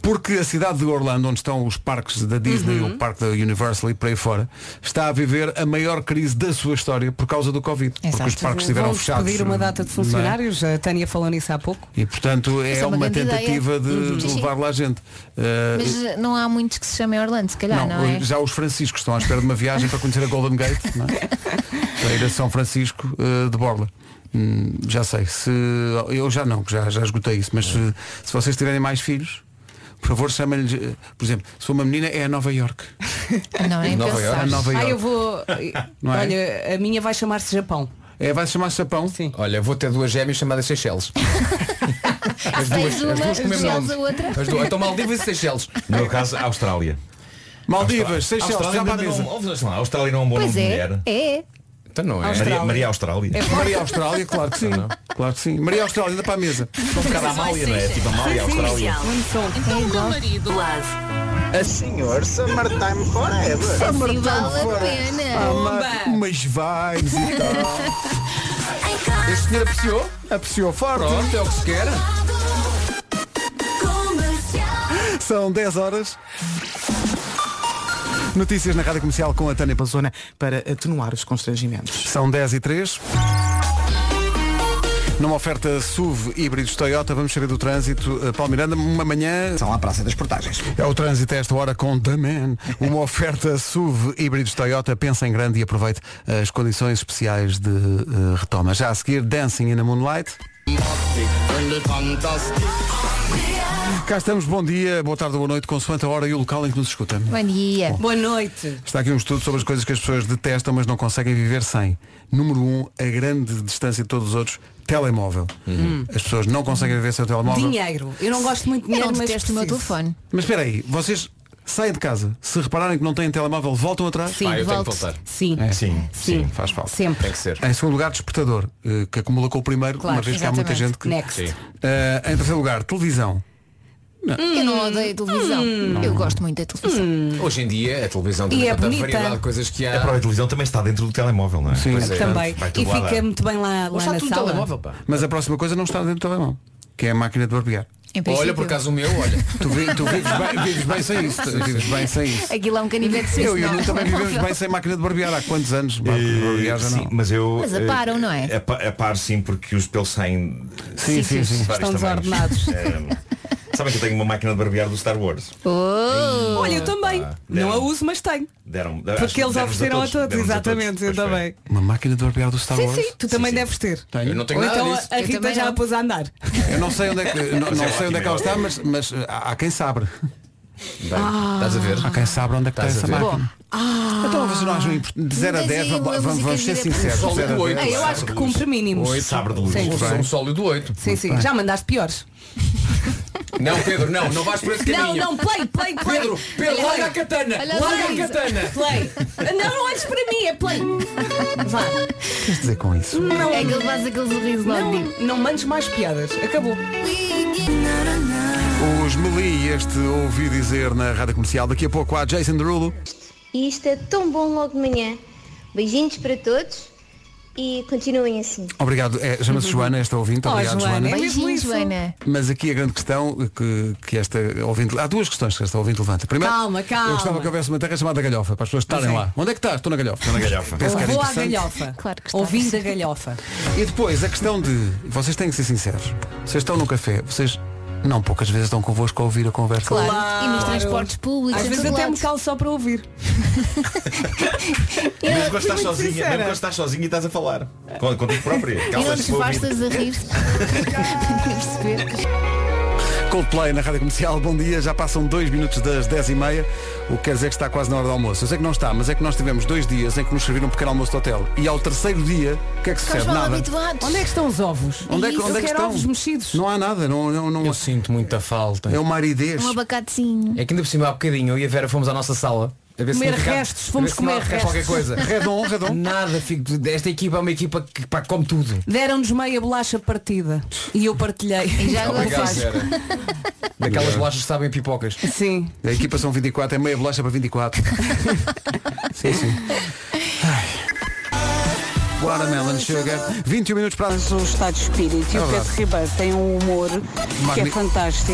Speaker 2: Porque a cidade de Orlando, onde estão os parques da Disney,
Speaker 5: Uhum.
Speaker 2: o parque da Universal e por aí fora, está a viver a maior crise da sua história por causa do Covid. Porque os parques estiveram
Speaker 4: Vão-vos
Speaker 2: fechados.
Speaker 4: pedir uma data de
Speaker 2: não é?
Speaker 4: funcionários, a Tânia falou nisso há pouco.
Speaker 2: E portanto é,
Speaker 5: Essa é
Speaker 2: uma,
Speaker 5: uma grande
Speaker 2: tentativa
Speaker 5: ideia.
Speaker 2: de,
Speaker 5: Uhum.
Speaker 2: de
Speaker 5: Sim, sim.
Speaker 2: levar lá gente. Eh,
Speaker 5: Mas eh, não há muitos que se chamem Orlando, se calhar,
Speaker 2: não,
Speaker 5: não, é?
Speaker 2: já os Franciscos estão à espera de uma viagem para conhecer a Golden Gate, não é? para ir a São Francisco eh, de Borla. Hum, já sei, se eu já não, que já, já esgotei isso, mas se, se vocês tiverem mais filhos, por favor chamem-lhes, eh, por exemplo, se for uma menina é a Nova York.
Speaker 5: Não, é? nem
Speaker 2: Nova
Speaker 13: É
Speaker 5: pensar.
Speaker 2: Iorque. Ah, Nova
Speaker 4: Ah,
Speaker 2: Iorque.
Speaker 4: eu vou.
Speaker 2: Não é?
Speaker 4: Olha, a minha vai chamar-se Japão.
Speaker 2: É, vai chamar Sapão?
Speaker 4: Sim.
Speaker 13: Olha, vou ter duas gêmeas chamadas Seychelles. As duas,
Speaker 5: Tens uma,
Speaker 13: as duas com o mesmo
Speaker 5: Seychelles
Speaker 13: nome.
Speaker 5: a outra.
Speaker 13: As duas, então Maldivas e Seychelles.
Speaker 21: No meu caso, a Austrália.
Speaker 2: Maldivas, Seychelles, já para a mesa.
Speaker 21: Austrália, Austrália não é um bom
Speaker 5: Pois
Speaker 21: nome de
Speaker 5: é,
Speaker 21: mulher.
Speaker 5: é.
Speaker 13: Então não
Speaker 21: Maria- Maria, Austrália.
Speaker 2: Maria Austrália, claro que sim. Claro que sim. Maria Austrália, ainda para a mesa.
Speaker 21: Um bocado à Amália, não é? Tipo a Amália, a Austrália.
Speaker 7: Então o
Speaker 4: um
Speaker 7: meu marido.
Speaker 18: A senhor Summertime Forever.
Speaker 5: Sim, Assim vale a pena.
Speaker 2: Mas vibes e tal. Este senhor apreciou? Apreciou forte.
Speaker 13: Pronto, é o que se quer.
Speaker 2: São 10 horas. Notícias na Rádio Comercial com a Tânia Pazona
Speaker 8: para atenuar os constrangimentos.
Speaker 2: São 10 e 3. Numa oferta SUV híbridos Toyota, vamos saber do trânsito. Eh, Paulo Miranda, uma manhã... São
Speaker 3: à Praça das Portagens.
Speaker 2: É o trânsito a esta hora com The Man. Uma oferta SUV híbridos Toyota. Pensa em grande e aproveite as condições especiais de eh, retoma. Já a seguir, Dancing in the Moonlight. Cá estamos, bom dia, boa tarde, boa noite, consoante a hora e o local em que nos escuta.
Speaker 5: Bom dia.
Speaker 4: Boa noite.
Speaker 2: Está aqui um estudo sobre as coisas que as pessoas detestam, mas não conseguem viver sem. Número um, a grande distância de todos os outros, telemóvel.
Speaker 4: Uhum.
Speaker 2: As pessoas não conseguem viver sem o telemóvel.
Speaker 4: Dinheiro. Eu não gosto muito de dinheiro, mas
Speaker 5: detesto o meu
Speaker 4: preciso.
Speaker 2: Mas espera aí, vocês saem de casa, se repararem que não têm telemóvel, voltam atrás?
Speaker 4: Sim, Ah, eu tenho que volto. voltar. Sim. Sim, Sim. sim,
Speaker 2: faz falta.
Speaker 4: Sempre.
Speaker 2: Tem É. que ser. Em segundo lugar, despertador, eh, que acumula com o primeiro,
Speaker 5: Claro,
Speaker 2: uma vez que há muita gente
Speaker 5: exatamente.
Speaker 2: que...
Speaker 5: Next. Sim.
Speaker 2: Eh, em terceiro lugar, televisão.
Speaker 5: Eu
Speaker 4: Hum.
Speaker 5: não odeio a televisão. Eu gosto muito da televisão.
Speaker 21: Hoje em dia a televisão
Speaker 5: tem E é tanta bonita. variedade de
Speaker 21: coisas que há. A própria É televisão também está dentro do telemóvel, não é? Sim,
Speaker 4: Também. E fica muito bem lá, lá
Speaker 21: está
Speaker 4: na
Speaker 21: tudo no
Speaker 4: sala.
Speaker 21: telemóvel, pá.
Speaker 2: Mas a próxima coisa não está dentro do telemóvel, que é a máquina de barbear.
Speaker 5: Em princípio. Olha, por acaso
Speaker 2: o meu, olha. um Tu, vi- tu vives, bem, vives bem sem isso. tu Vives bem sem isso.
Speaker 5: Aquilo é um canivete suíço,
Speaker 2: Eu e o
Speaker 5: não
Speaker 2: Nuno
Speaker 5: é?
Speaker 2: também vivemos bem sem máquina de barbear há quantos anos? Máquina de barbear já
Speaker 21: sim,
Speaker 2: não.
Speaker 21: mas eu
Speaker 5: Mas
Speaker 21: eh,
Speaker 5: aparam, não é?
Speaker 21: apa- A, par sim, porque os pelos saem
Speaker 2: Sim, sim, sim.
Speaker 21: de vários
Speaker 4: Estão
Speaker 21: tamanhos.
Speaker 4: desordenados.
Speaker 2: É.
Speaker 21: Eh, Sabem que eu tenho uma máquina de barbear do Star Wars.
Speaker 4: Olha, eu também.
Speaker 2: Ah, é.
Speaker 4: Não a uso, mas tenho.
Speaker 21: Deram, acho
Speaker 4: Porque
Speaker 21: que
Speaker 4: eles
Speaker 21: deram-nos
Speaker 4: ofereceram a todos,
Speaker 21: deram-nos a
Speaker 4: exatamente, eu
Speaker 21: Pois foi.
Speaker 4: também.
Speaker 2: Uma máquina de barbear do Star
Speaker 4: Sim,
Speaker 2: Wars?
Speaker 4: sim, tu também deves ter.
Speaker 2: Tenho. Eu não tenho
Speaker 4: Ou
Speaker 2: nada
Speaker 4: então
Speaker 2: disso.
Speaker 4: a
Speaker 5: Eu
Speaker 4: Rita
Speaker 5: também
Speaker 4: já
Speaker 5: não.
Speaker 4: a pôs a andar.
Speaker 2: Eu não sei onde é que, não,
Speaker 21: Mas é
Speaker 2: não sei onde é que ela está, mas, mas eh, há há quem sabe.
Speaker 4: Ah. estás a ver?
Speaker 2: Há quem sabe onde é que está
Speaker 4: Estás
Speaker 2: essa
Speaker 4: a ver?
Speaker 2: máquina. Então vocês não acham impor- de 0 a é
Speaker 4: Muita
Speaker 2: 10,
Speaker 4: gira,
Speaker 2: vamos, vamos- vamos
Speaker 4: música
Speaker 2: ser
Speaker 4: gira.
Speaker 2: sinceros.
Speaker 4: Sólido
Speaker 2: zero a
Speaker 4: oito.
Speaker 2: dez.
Speaker 4: É, eu acho que cumpre mínimos. Oito. Sabre de luz. Sim.
Speaker 2: Muito
Speaker 4: Sou
Speaker 2: bem.
Speaker 4: um
Speaker 13: sólido 8.
Speaker 4: Sim, sim. Já mandaste piores.
Speaker 13: Não, Pedro, não, não vais por esse
Speaker 4: Não,
Speaker 13: caminho.
Speaker 4: não, play, play, play.
Speaker 13: Pedro, Pedro,
Speaker 4: Play.
Speaker 13: larga a katana,
Speaker 4: Olha,
Speaker 13: larga
Speaker 4: play.
Speaker 13: a katana.
Speaker 4: Play. Não, não olhes para mim, é play. Vá.
Speaker 2: O que queres dizer com isso?
Speaker 4: Não.
Speaker 5: É que ele faz aquele sorriso lá.
Speaker 4: Não, não mandes mais piadas. Acabou.
Speaker 2: Os Meli, este ouvi dizer na rádio comercial. Daqui a pouco há Jason Derulo.
Speaker 10: E isto é tão bom logo de manhã. Beijinhos para todos e continuem assim.
Speaker 2: Obrigado, é, chama-se Joana, esta ouvinte.
Speaker 10: Oh,
Speaker 2: Obrigado,
Speaker 10: Joana,
Speaker 2: Joana.
Speaker 10: é mesmo
Speaker 5: Beijinhos, Joana.
Speaker 2: Mas aqui a grande questão que, que esta ouvinte. Há duas questões que esta ouvinte levanta. Primeiro,
Speaker 4: Calma, calma.
Speaker 2: Eu gostava que houvesse uma terra chamada Galhofa, para as pessoas estarem
Speaker 4: Pois é.
Speaker 2: lá. Onde é que estás? Estou na Galhofa.
Speaker 4: Ah.
Speaker 2: Estou
Speaker 21: na Galhofa.
Speaker 2: Penso que era
Speaker 4: Vou à
Speaker 2: interessante.
Speaker 4: galhofa. Ouvindo a galhofa.
Speaker 2: E depois a questão de. Vocês têm que ser sinceros. Vocês estão no café, vocês não poucas vezes estão convosco a ouvir a conversa.
Speaker 5: Claro. E nos transportes públicos.
Speaker 4: Às
Speaker 5: em
Speaker 4: vezes
Speaker 5: todo
Speaker 4: até
Speaker 5: lado.
Speaker 4: me calo só para ouvir.
Speaker 21: Mesmo quando estás
Speaker 4: é Muito
Speaker 21: sozinha,
Speaker 4: sincera.
Speaker 21: mesmo quando estás sozinha e estás a falar. Com- Contigo própria.
Speaker 5: E não
Speaker 21: Calças para ouvir.
Speaker 5: desbastas a rir.
Speaker 2: Coldplay na Rádio Comercial, bom dia, já passam dois minutos das 10 e meia, o que quer dizer que está quase na hora do almoço. Eu sei que não está, mas é que nós tivemos dois dias em que nos serviram um pequeno almoço de hotel. E ao terceiro dia, o que é que sucede? Nada.
Speaker 4: Onde é que estão os ovos?
Speaker 2: Onde é que, onde é que estão? mexidos. Não há nada, não, não, não...
Speaker 13: Eu sinto muita falta.
Speaker 2: É uma aridez.
Speaker 5: Um abacatezinho.
Speaker 13: É que ainda por cima há bocadinho eu e a Vera fomos à nossa sala. A ver
Speaker 5: Comer
Speaker 13: se não fica-
Speaker 5: restos,
Speaker 13: a ver
Speaker 5: fomos
Speaker 13: se não há
Speaker 5: comer
Speaker 2: é
Speaker 13: restos. qualquer coisa.
Speaker 2: Redon, redon.
Speaker 13: Nada, fico, esta equipa é uma equipa que pá, come tudo.
Speaker 4: Deram-nos meia bolacha partida. E eu partilhei.
Speaker 5: E já
Speaker 13: Obrigado, Vera. Daquelas bolachas que sabem a pipocas.
Speaker 4: Sim.
Speaker 2: A equipa são 24, é meia bolacha para 24. sim, sim. Ai. Watermelon Sugar. 21 minutos para as
Speaker 23: O estado de espírito e
Speaker 2: É
Speaker 23: o
Speaker 2: verdade.
Speaker 23: Pedro Ribeiro tem um humor que é
Speaker 2: Magni-
Speaker 23: fantástico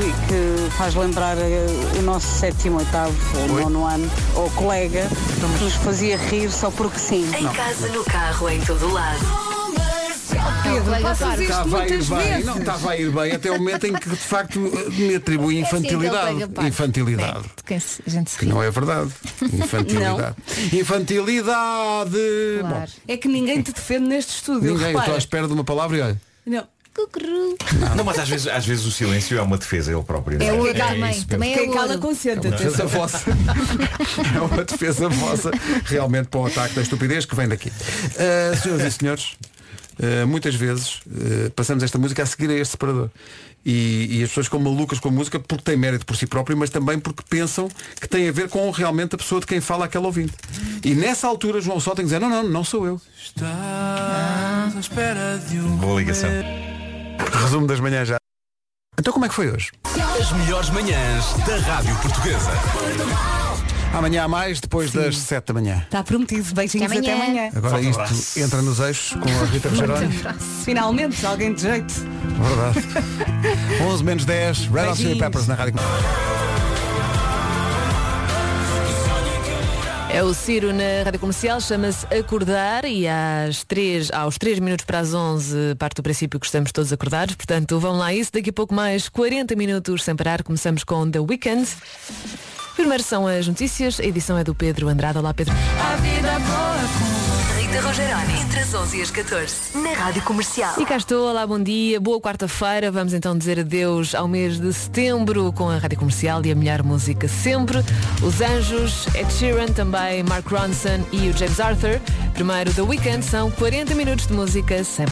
Speaker 23: e que faz lembrar eh, o nosso sétimo, oitavo ou nono ano, ou colega, que nos fazia rir só porque sim.
Speaker 17: Em casa, no carro, em todo lado.
Speaker 5: Pedro,
Speaker 17: passas isto
Speaker 2: Estava a ir
Speaker 17: muitas
Speaker 2: bem,
Speaker 17: vezes.
Speaker 2: Tá, não tá. estava a ir bem até o momento em que de facto eh, me
Speaker 17: É
Speaker 2: atribui
Speaker 17: assim,
Speaker 2: infantilidade.
Speaker 17: então
Speaker 2: infantilidade.
Speaker 5: A gente se
Speaker 2: Que não é verdade. Infantilidade. Infantilidade. Bom,
Speaker 4: É que ninguém te defende neste estúdio.
Speaker 2: ninguém, eu estou à
Speaker 4: repara.
Speaker 2: espera de uma palavra e olha.
Speaker 23: É
Speaker 4: Não.
Speaker 21: Não, mas às vezes, às vezes o silêncio é uma defesa ele próprio.
Speaker 5: É
Speaker 21: não é?
Speaker 4: ouro
Speaker 21: isso mesmo.
Speaker 4: Quem cala consente.
Speaker 2: É uma defesa vossa. é uma defesa vossa realmente para o ataque da estupidez que vem daqui. Uh, senhoras e senhores, uh, muitas vezes uh, passamos esta música a seguir a este separador. E, e as pessoas ficam malucas com a música porque tem mérito por si próprio, mas também porque pensam que tem a ver com realmente a pessoa de quem fala aquela ouvinte. E nessa altura João Só tem que dizer, não, não, não sou eu.
Speaker 21: Boa ligação.
Speaker 2: Resumo das manhãs já. Então como é que foi hoje?
Speaker 24: As melhores manhãs da Rádio Portuguesa.
Speaker 2: Amanhã há mais, depois das 7 da manhã. um
Speaker 4: Está prometido. Beijinhos
Speaker 5: Até
Speaker 4: até
Speaker 5: amanhã.
Speaker 4: amanhã.
Speaker 2: Agora
Speaker 4: Forte
Speaker 2: isto
Speaker 4: abraço.
Speaker 2: entra nos eixos com a Rita Rogeroni.
Speaker 4: Finalmente, alguém de jeito.
Speaker 2: Verdade. 11 menos 10, Red Hot Chili
Speaker 4: Beijinhos.
Speaker 2: Peppers na Rádio Comercial.
Speaker 9: É o Ciro na Rádio Comercial, chama-se Acordar e às 3, aos 3 minutos para as 11 parte do princípio que estamos todos acordados, portanto vão lá a isso, daqui a pouco mais 40 minutos sem parar, começamos com The Weekend. Primeiro são as notícias, a edição é do Pedro Andrade. Olá Pedro.
Speaker 17: A vida é boa com Rita Rogeroni. Entre as 11 e as 14. Na Rádio Comercial.
Speaker 9: E cá estou, olá, bom dia, boa quarta-feira. Vamos então dizer adeus ao mês de setembro com a Rádio Comercial e a melhor música sempre. Os Anjos, Ed Sheeran, também Mark Ronson e o James Arthur. Primeiro, The Weekend, são 40 minutos de música sem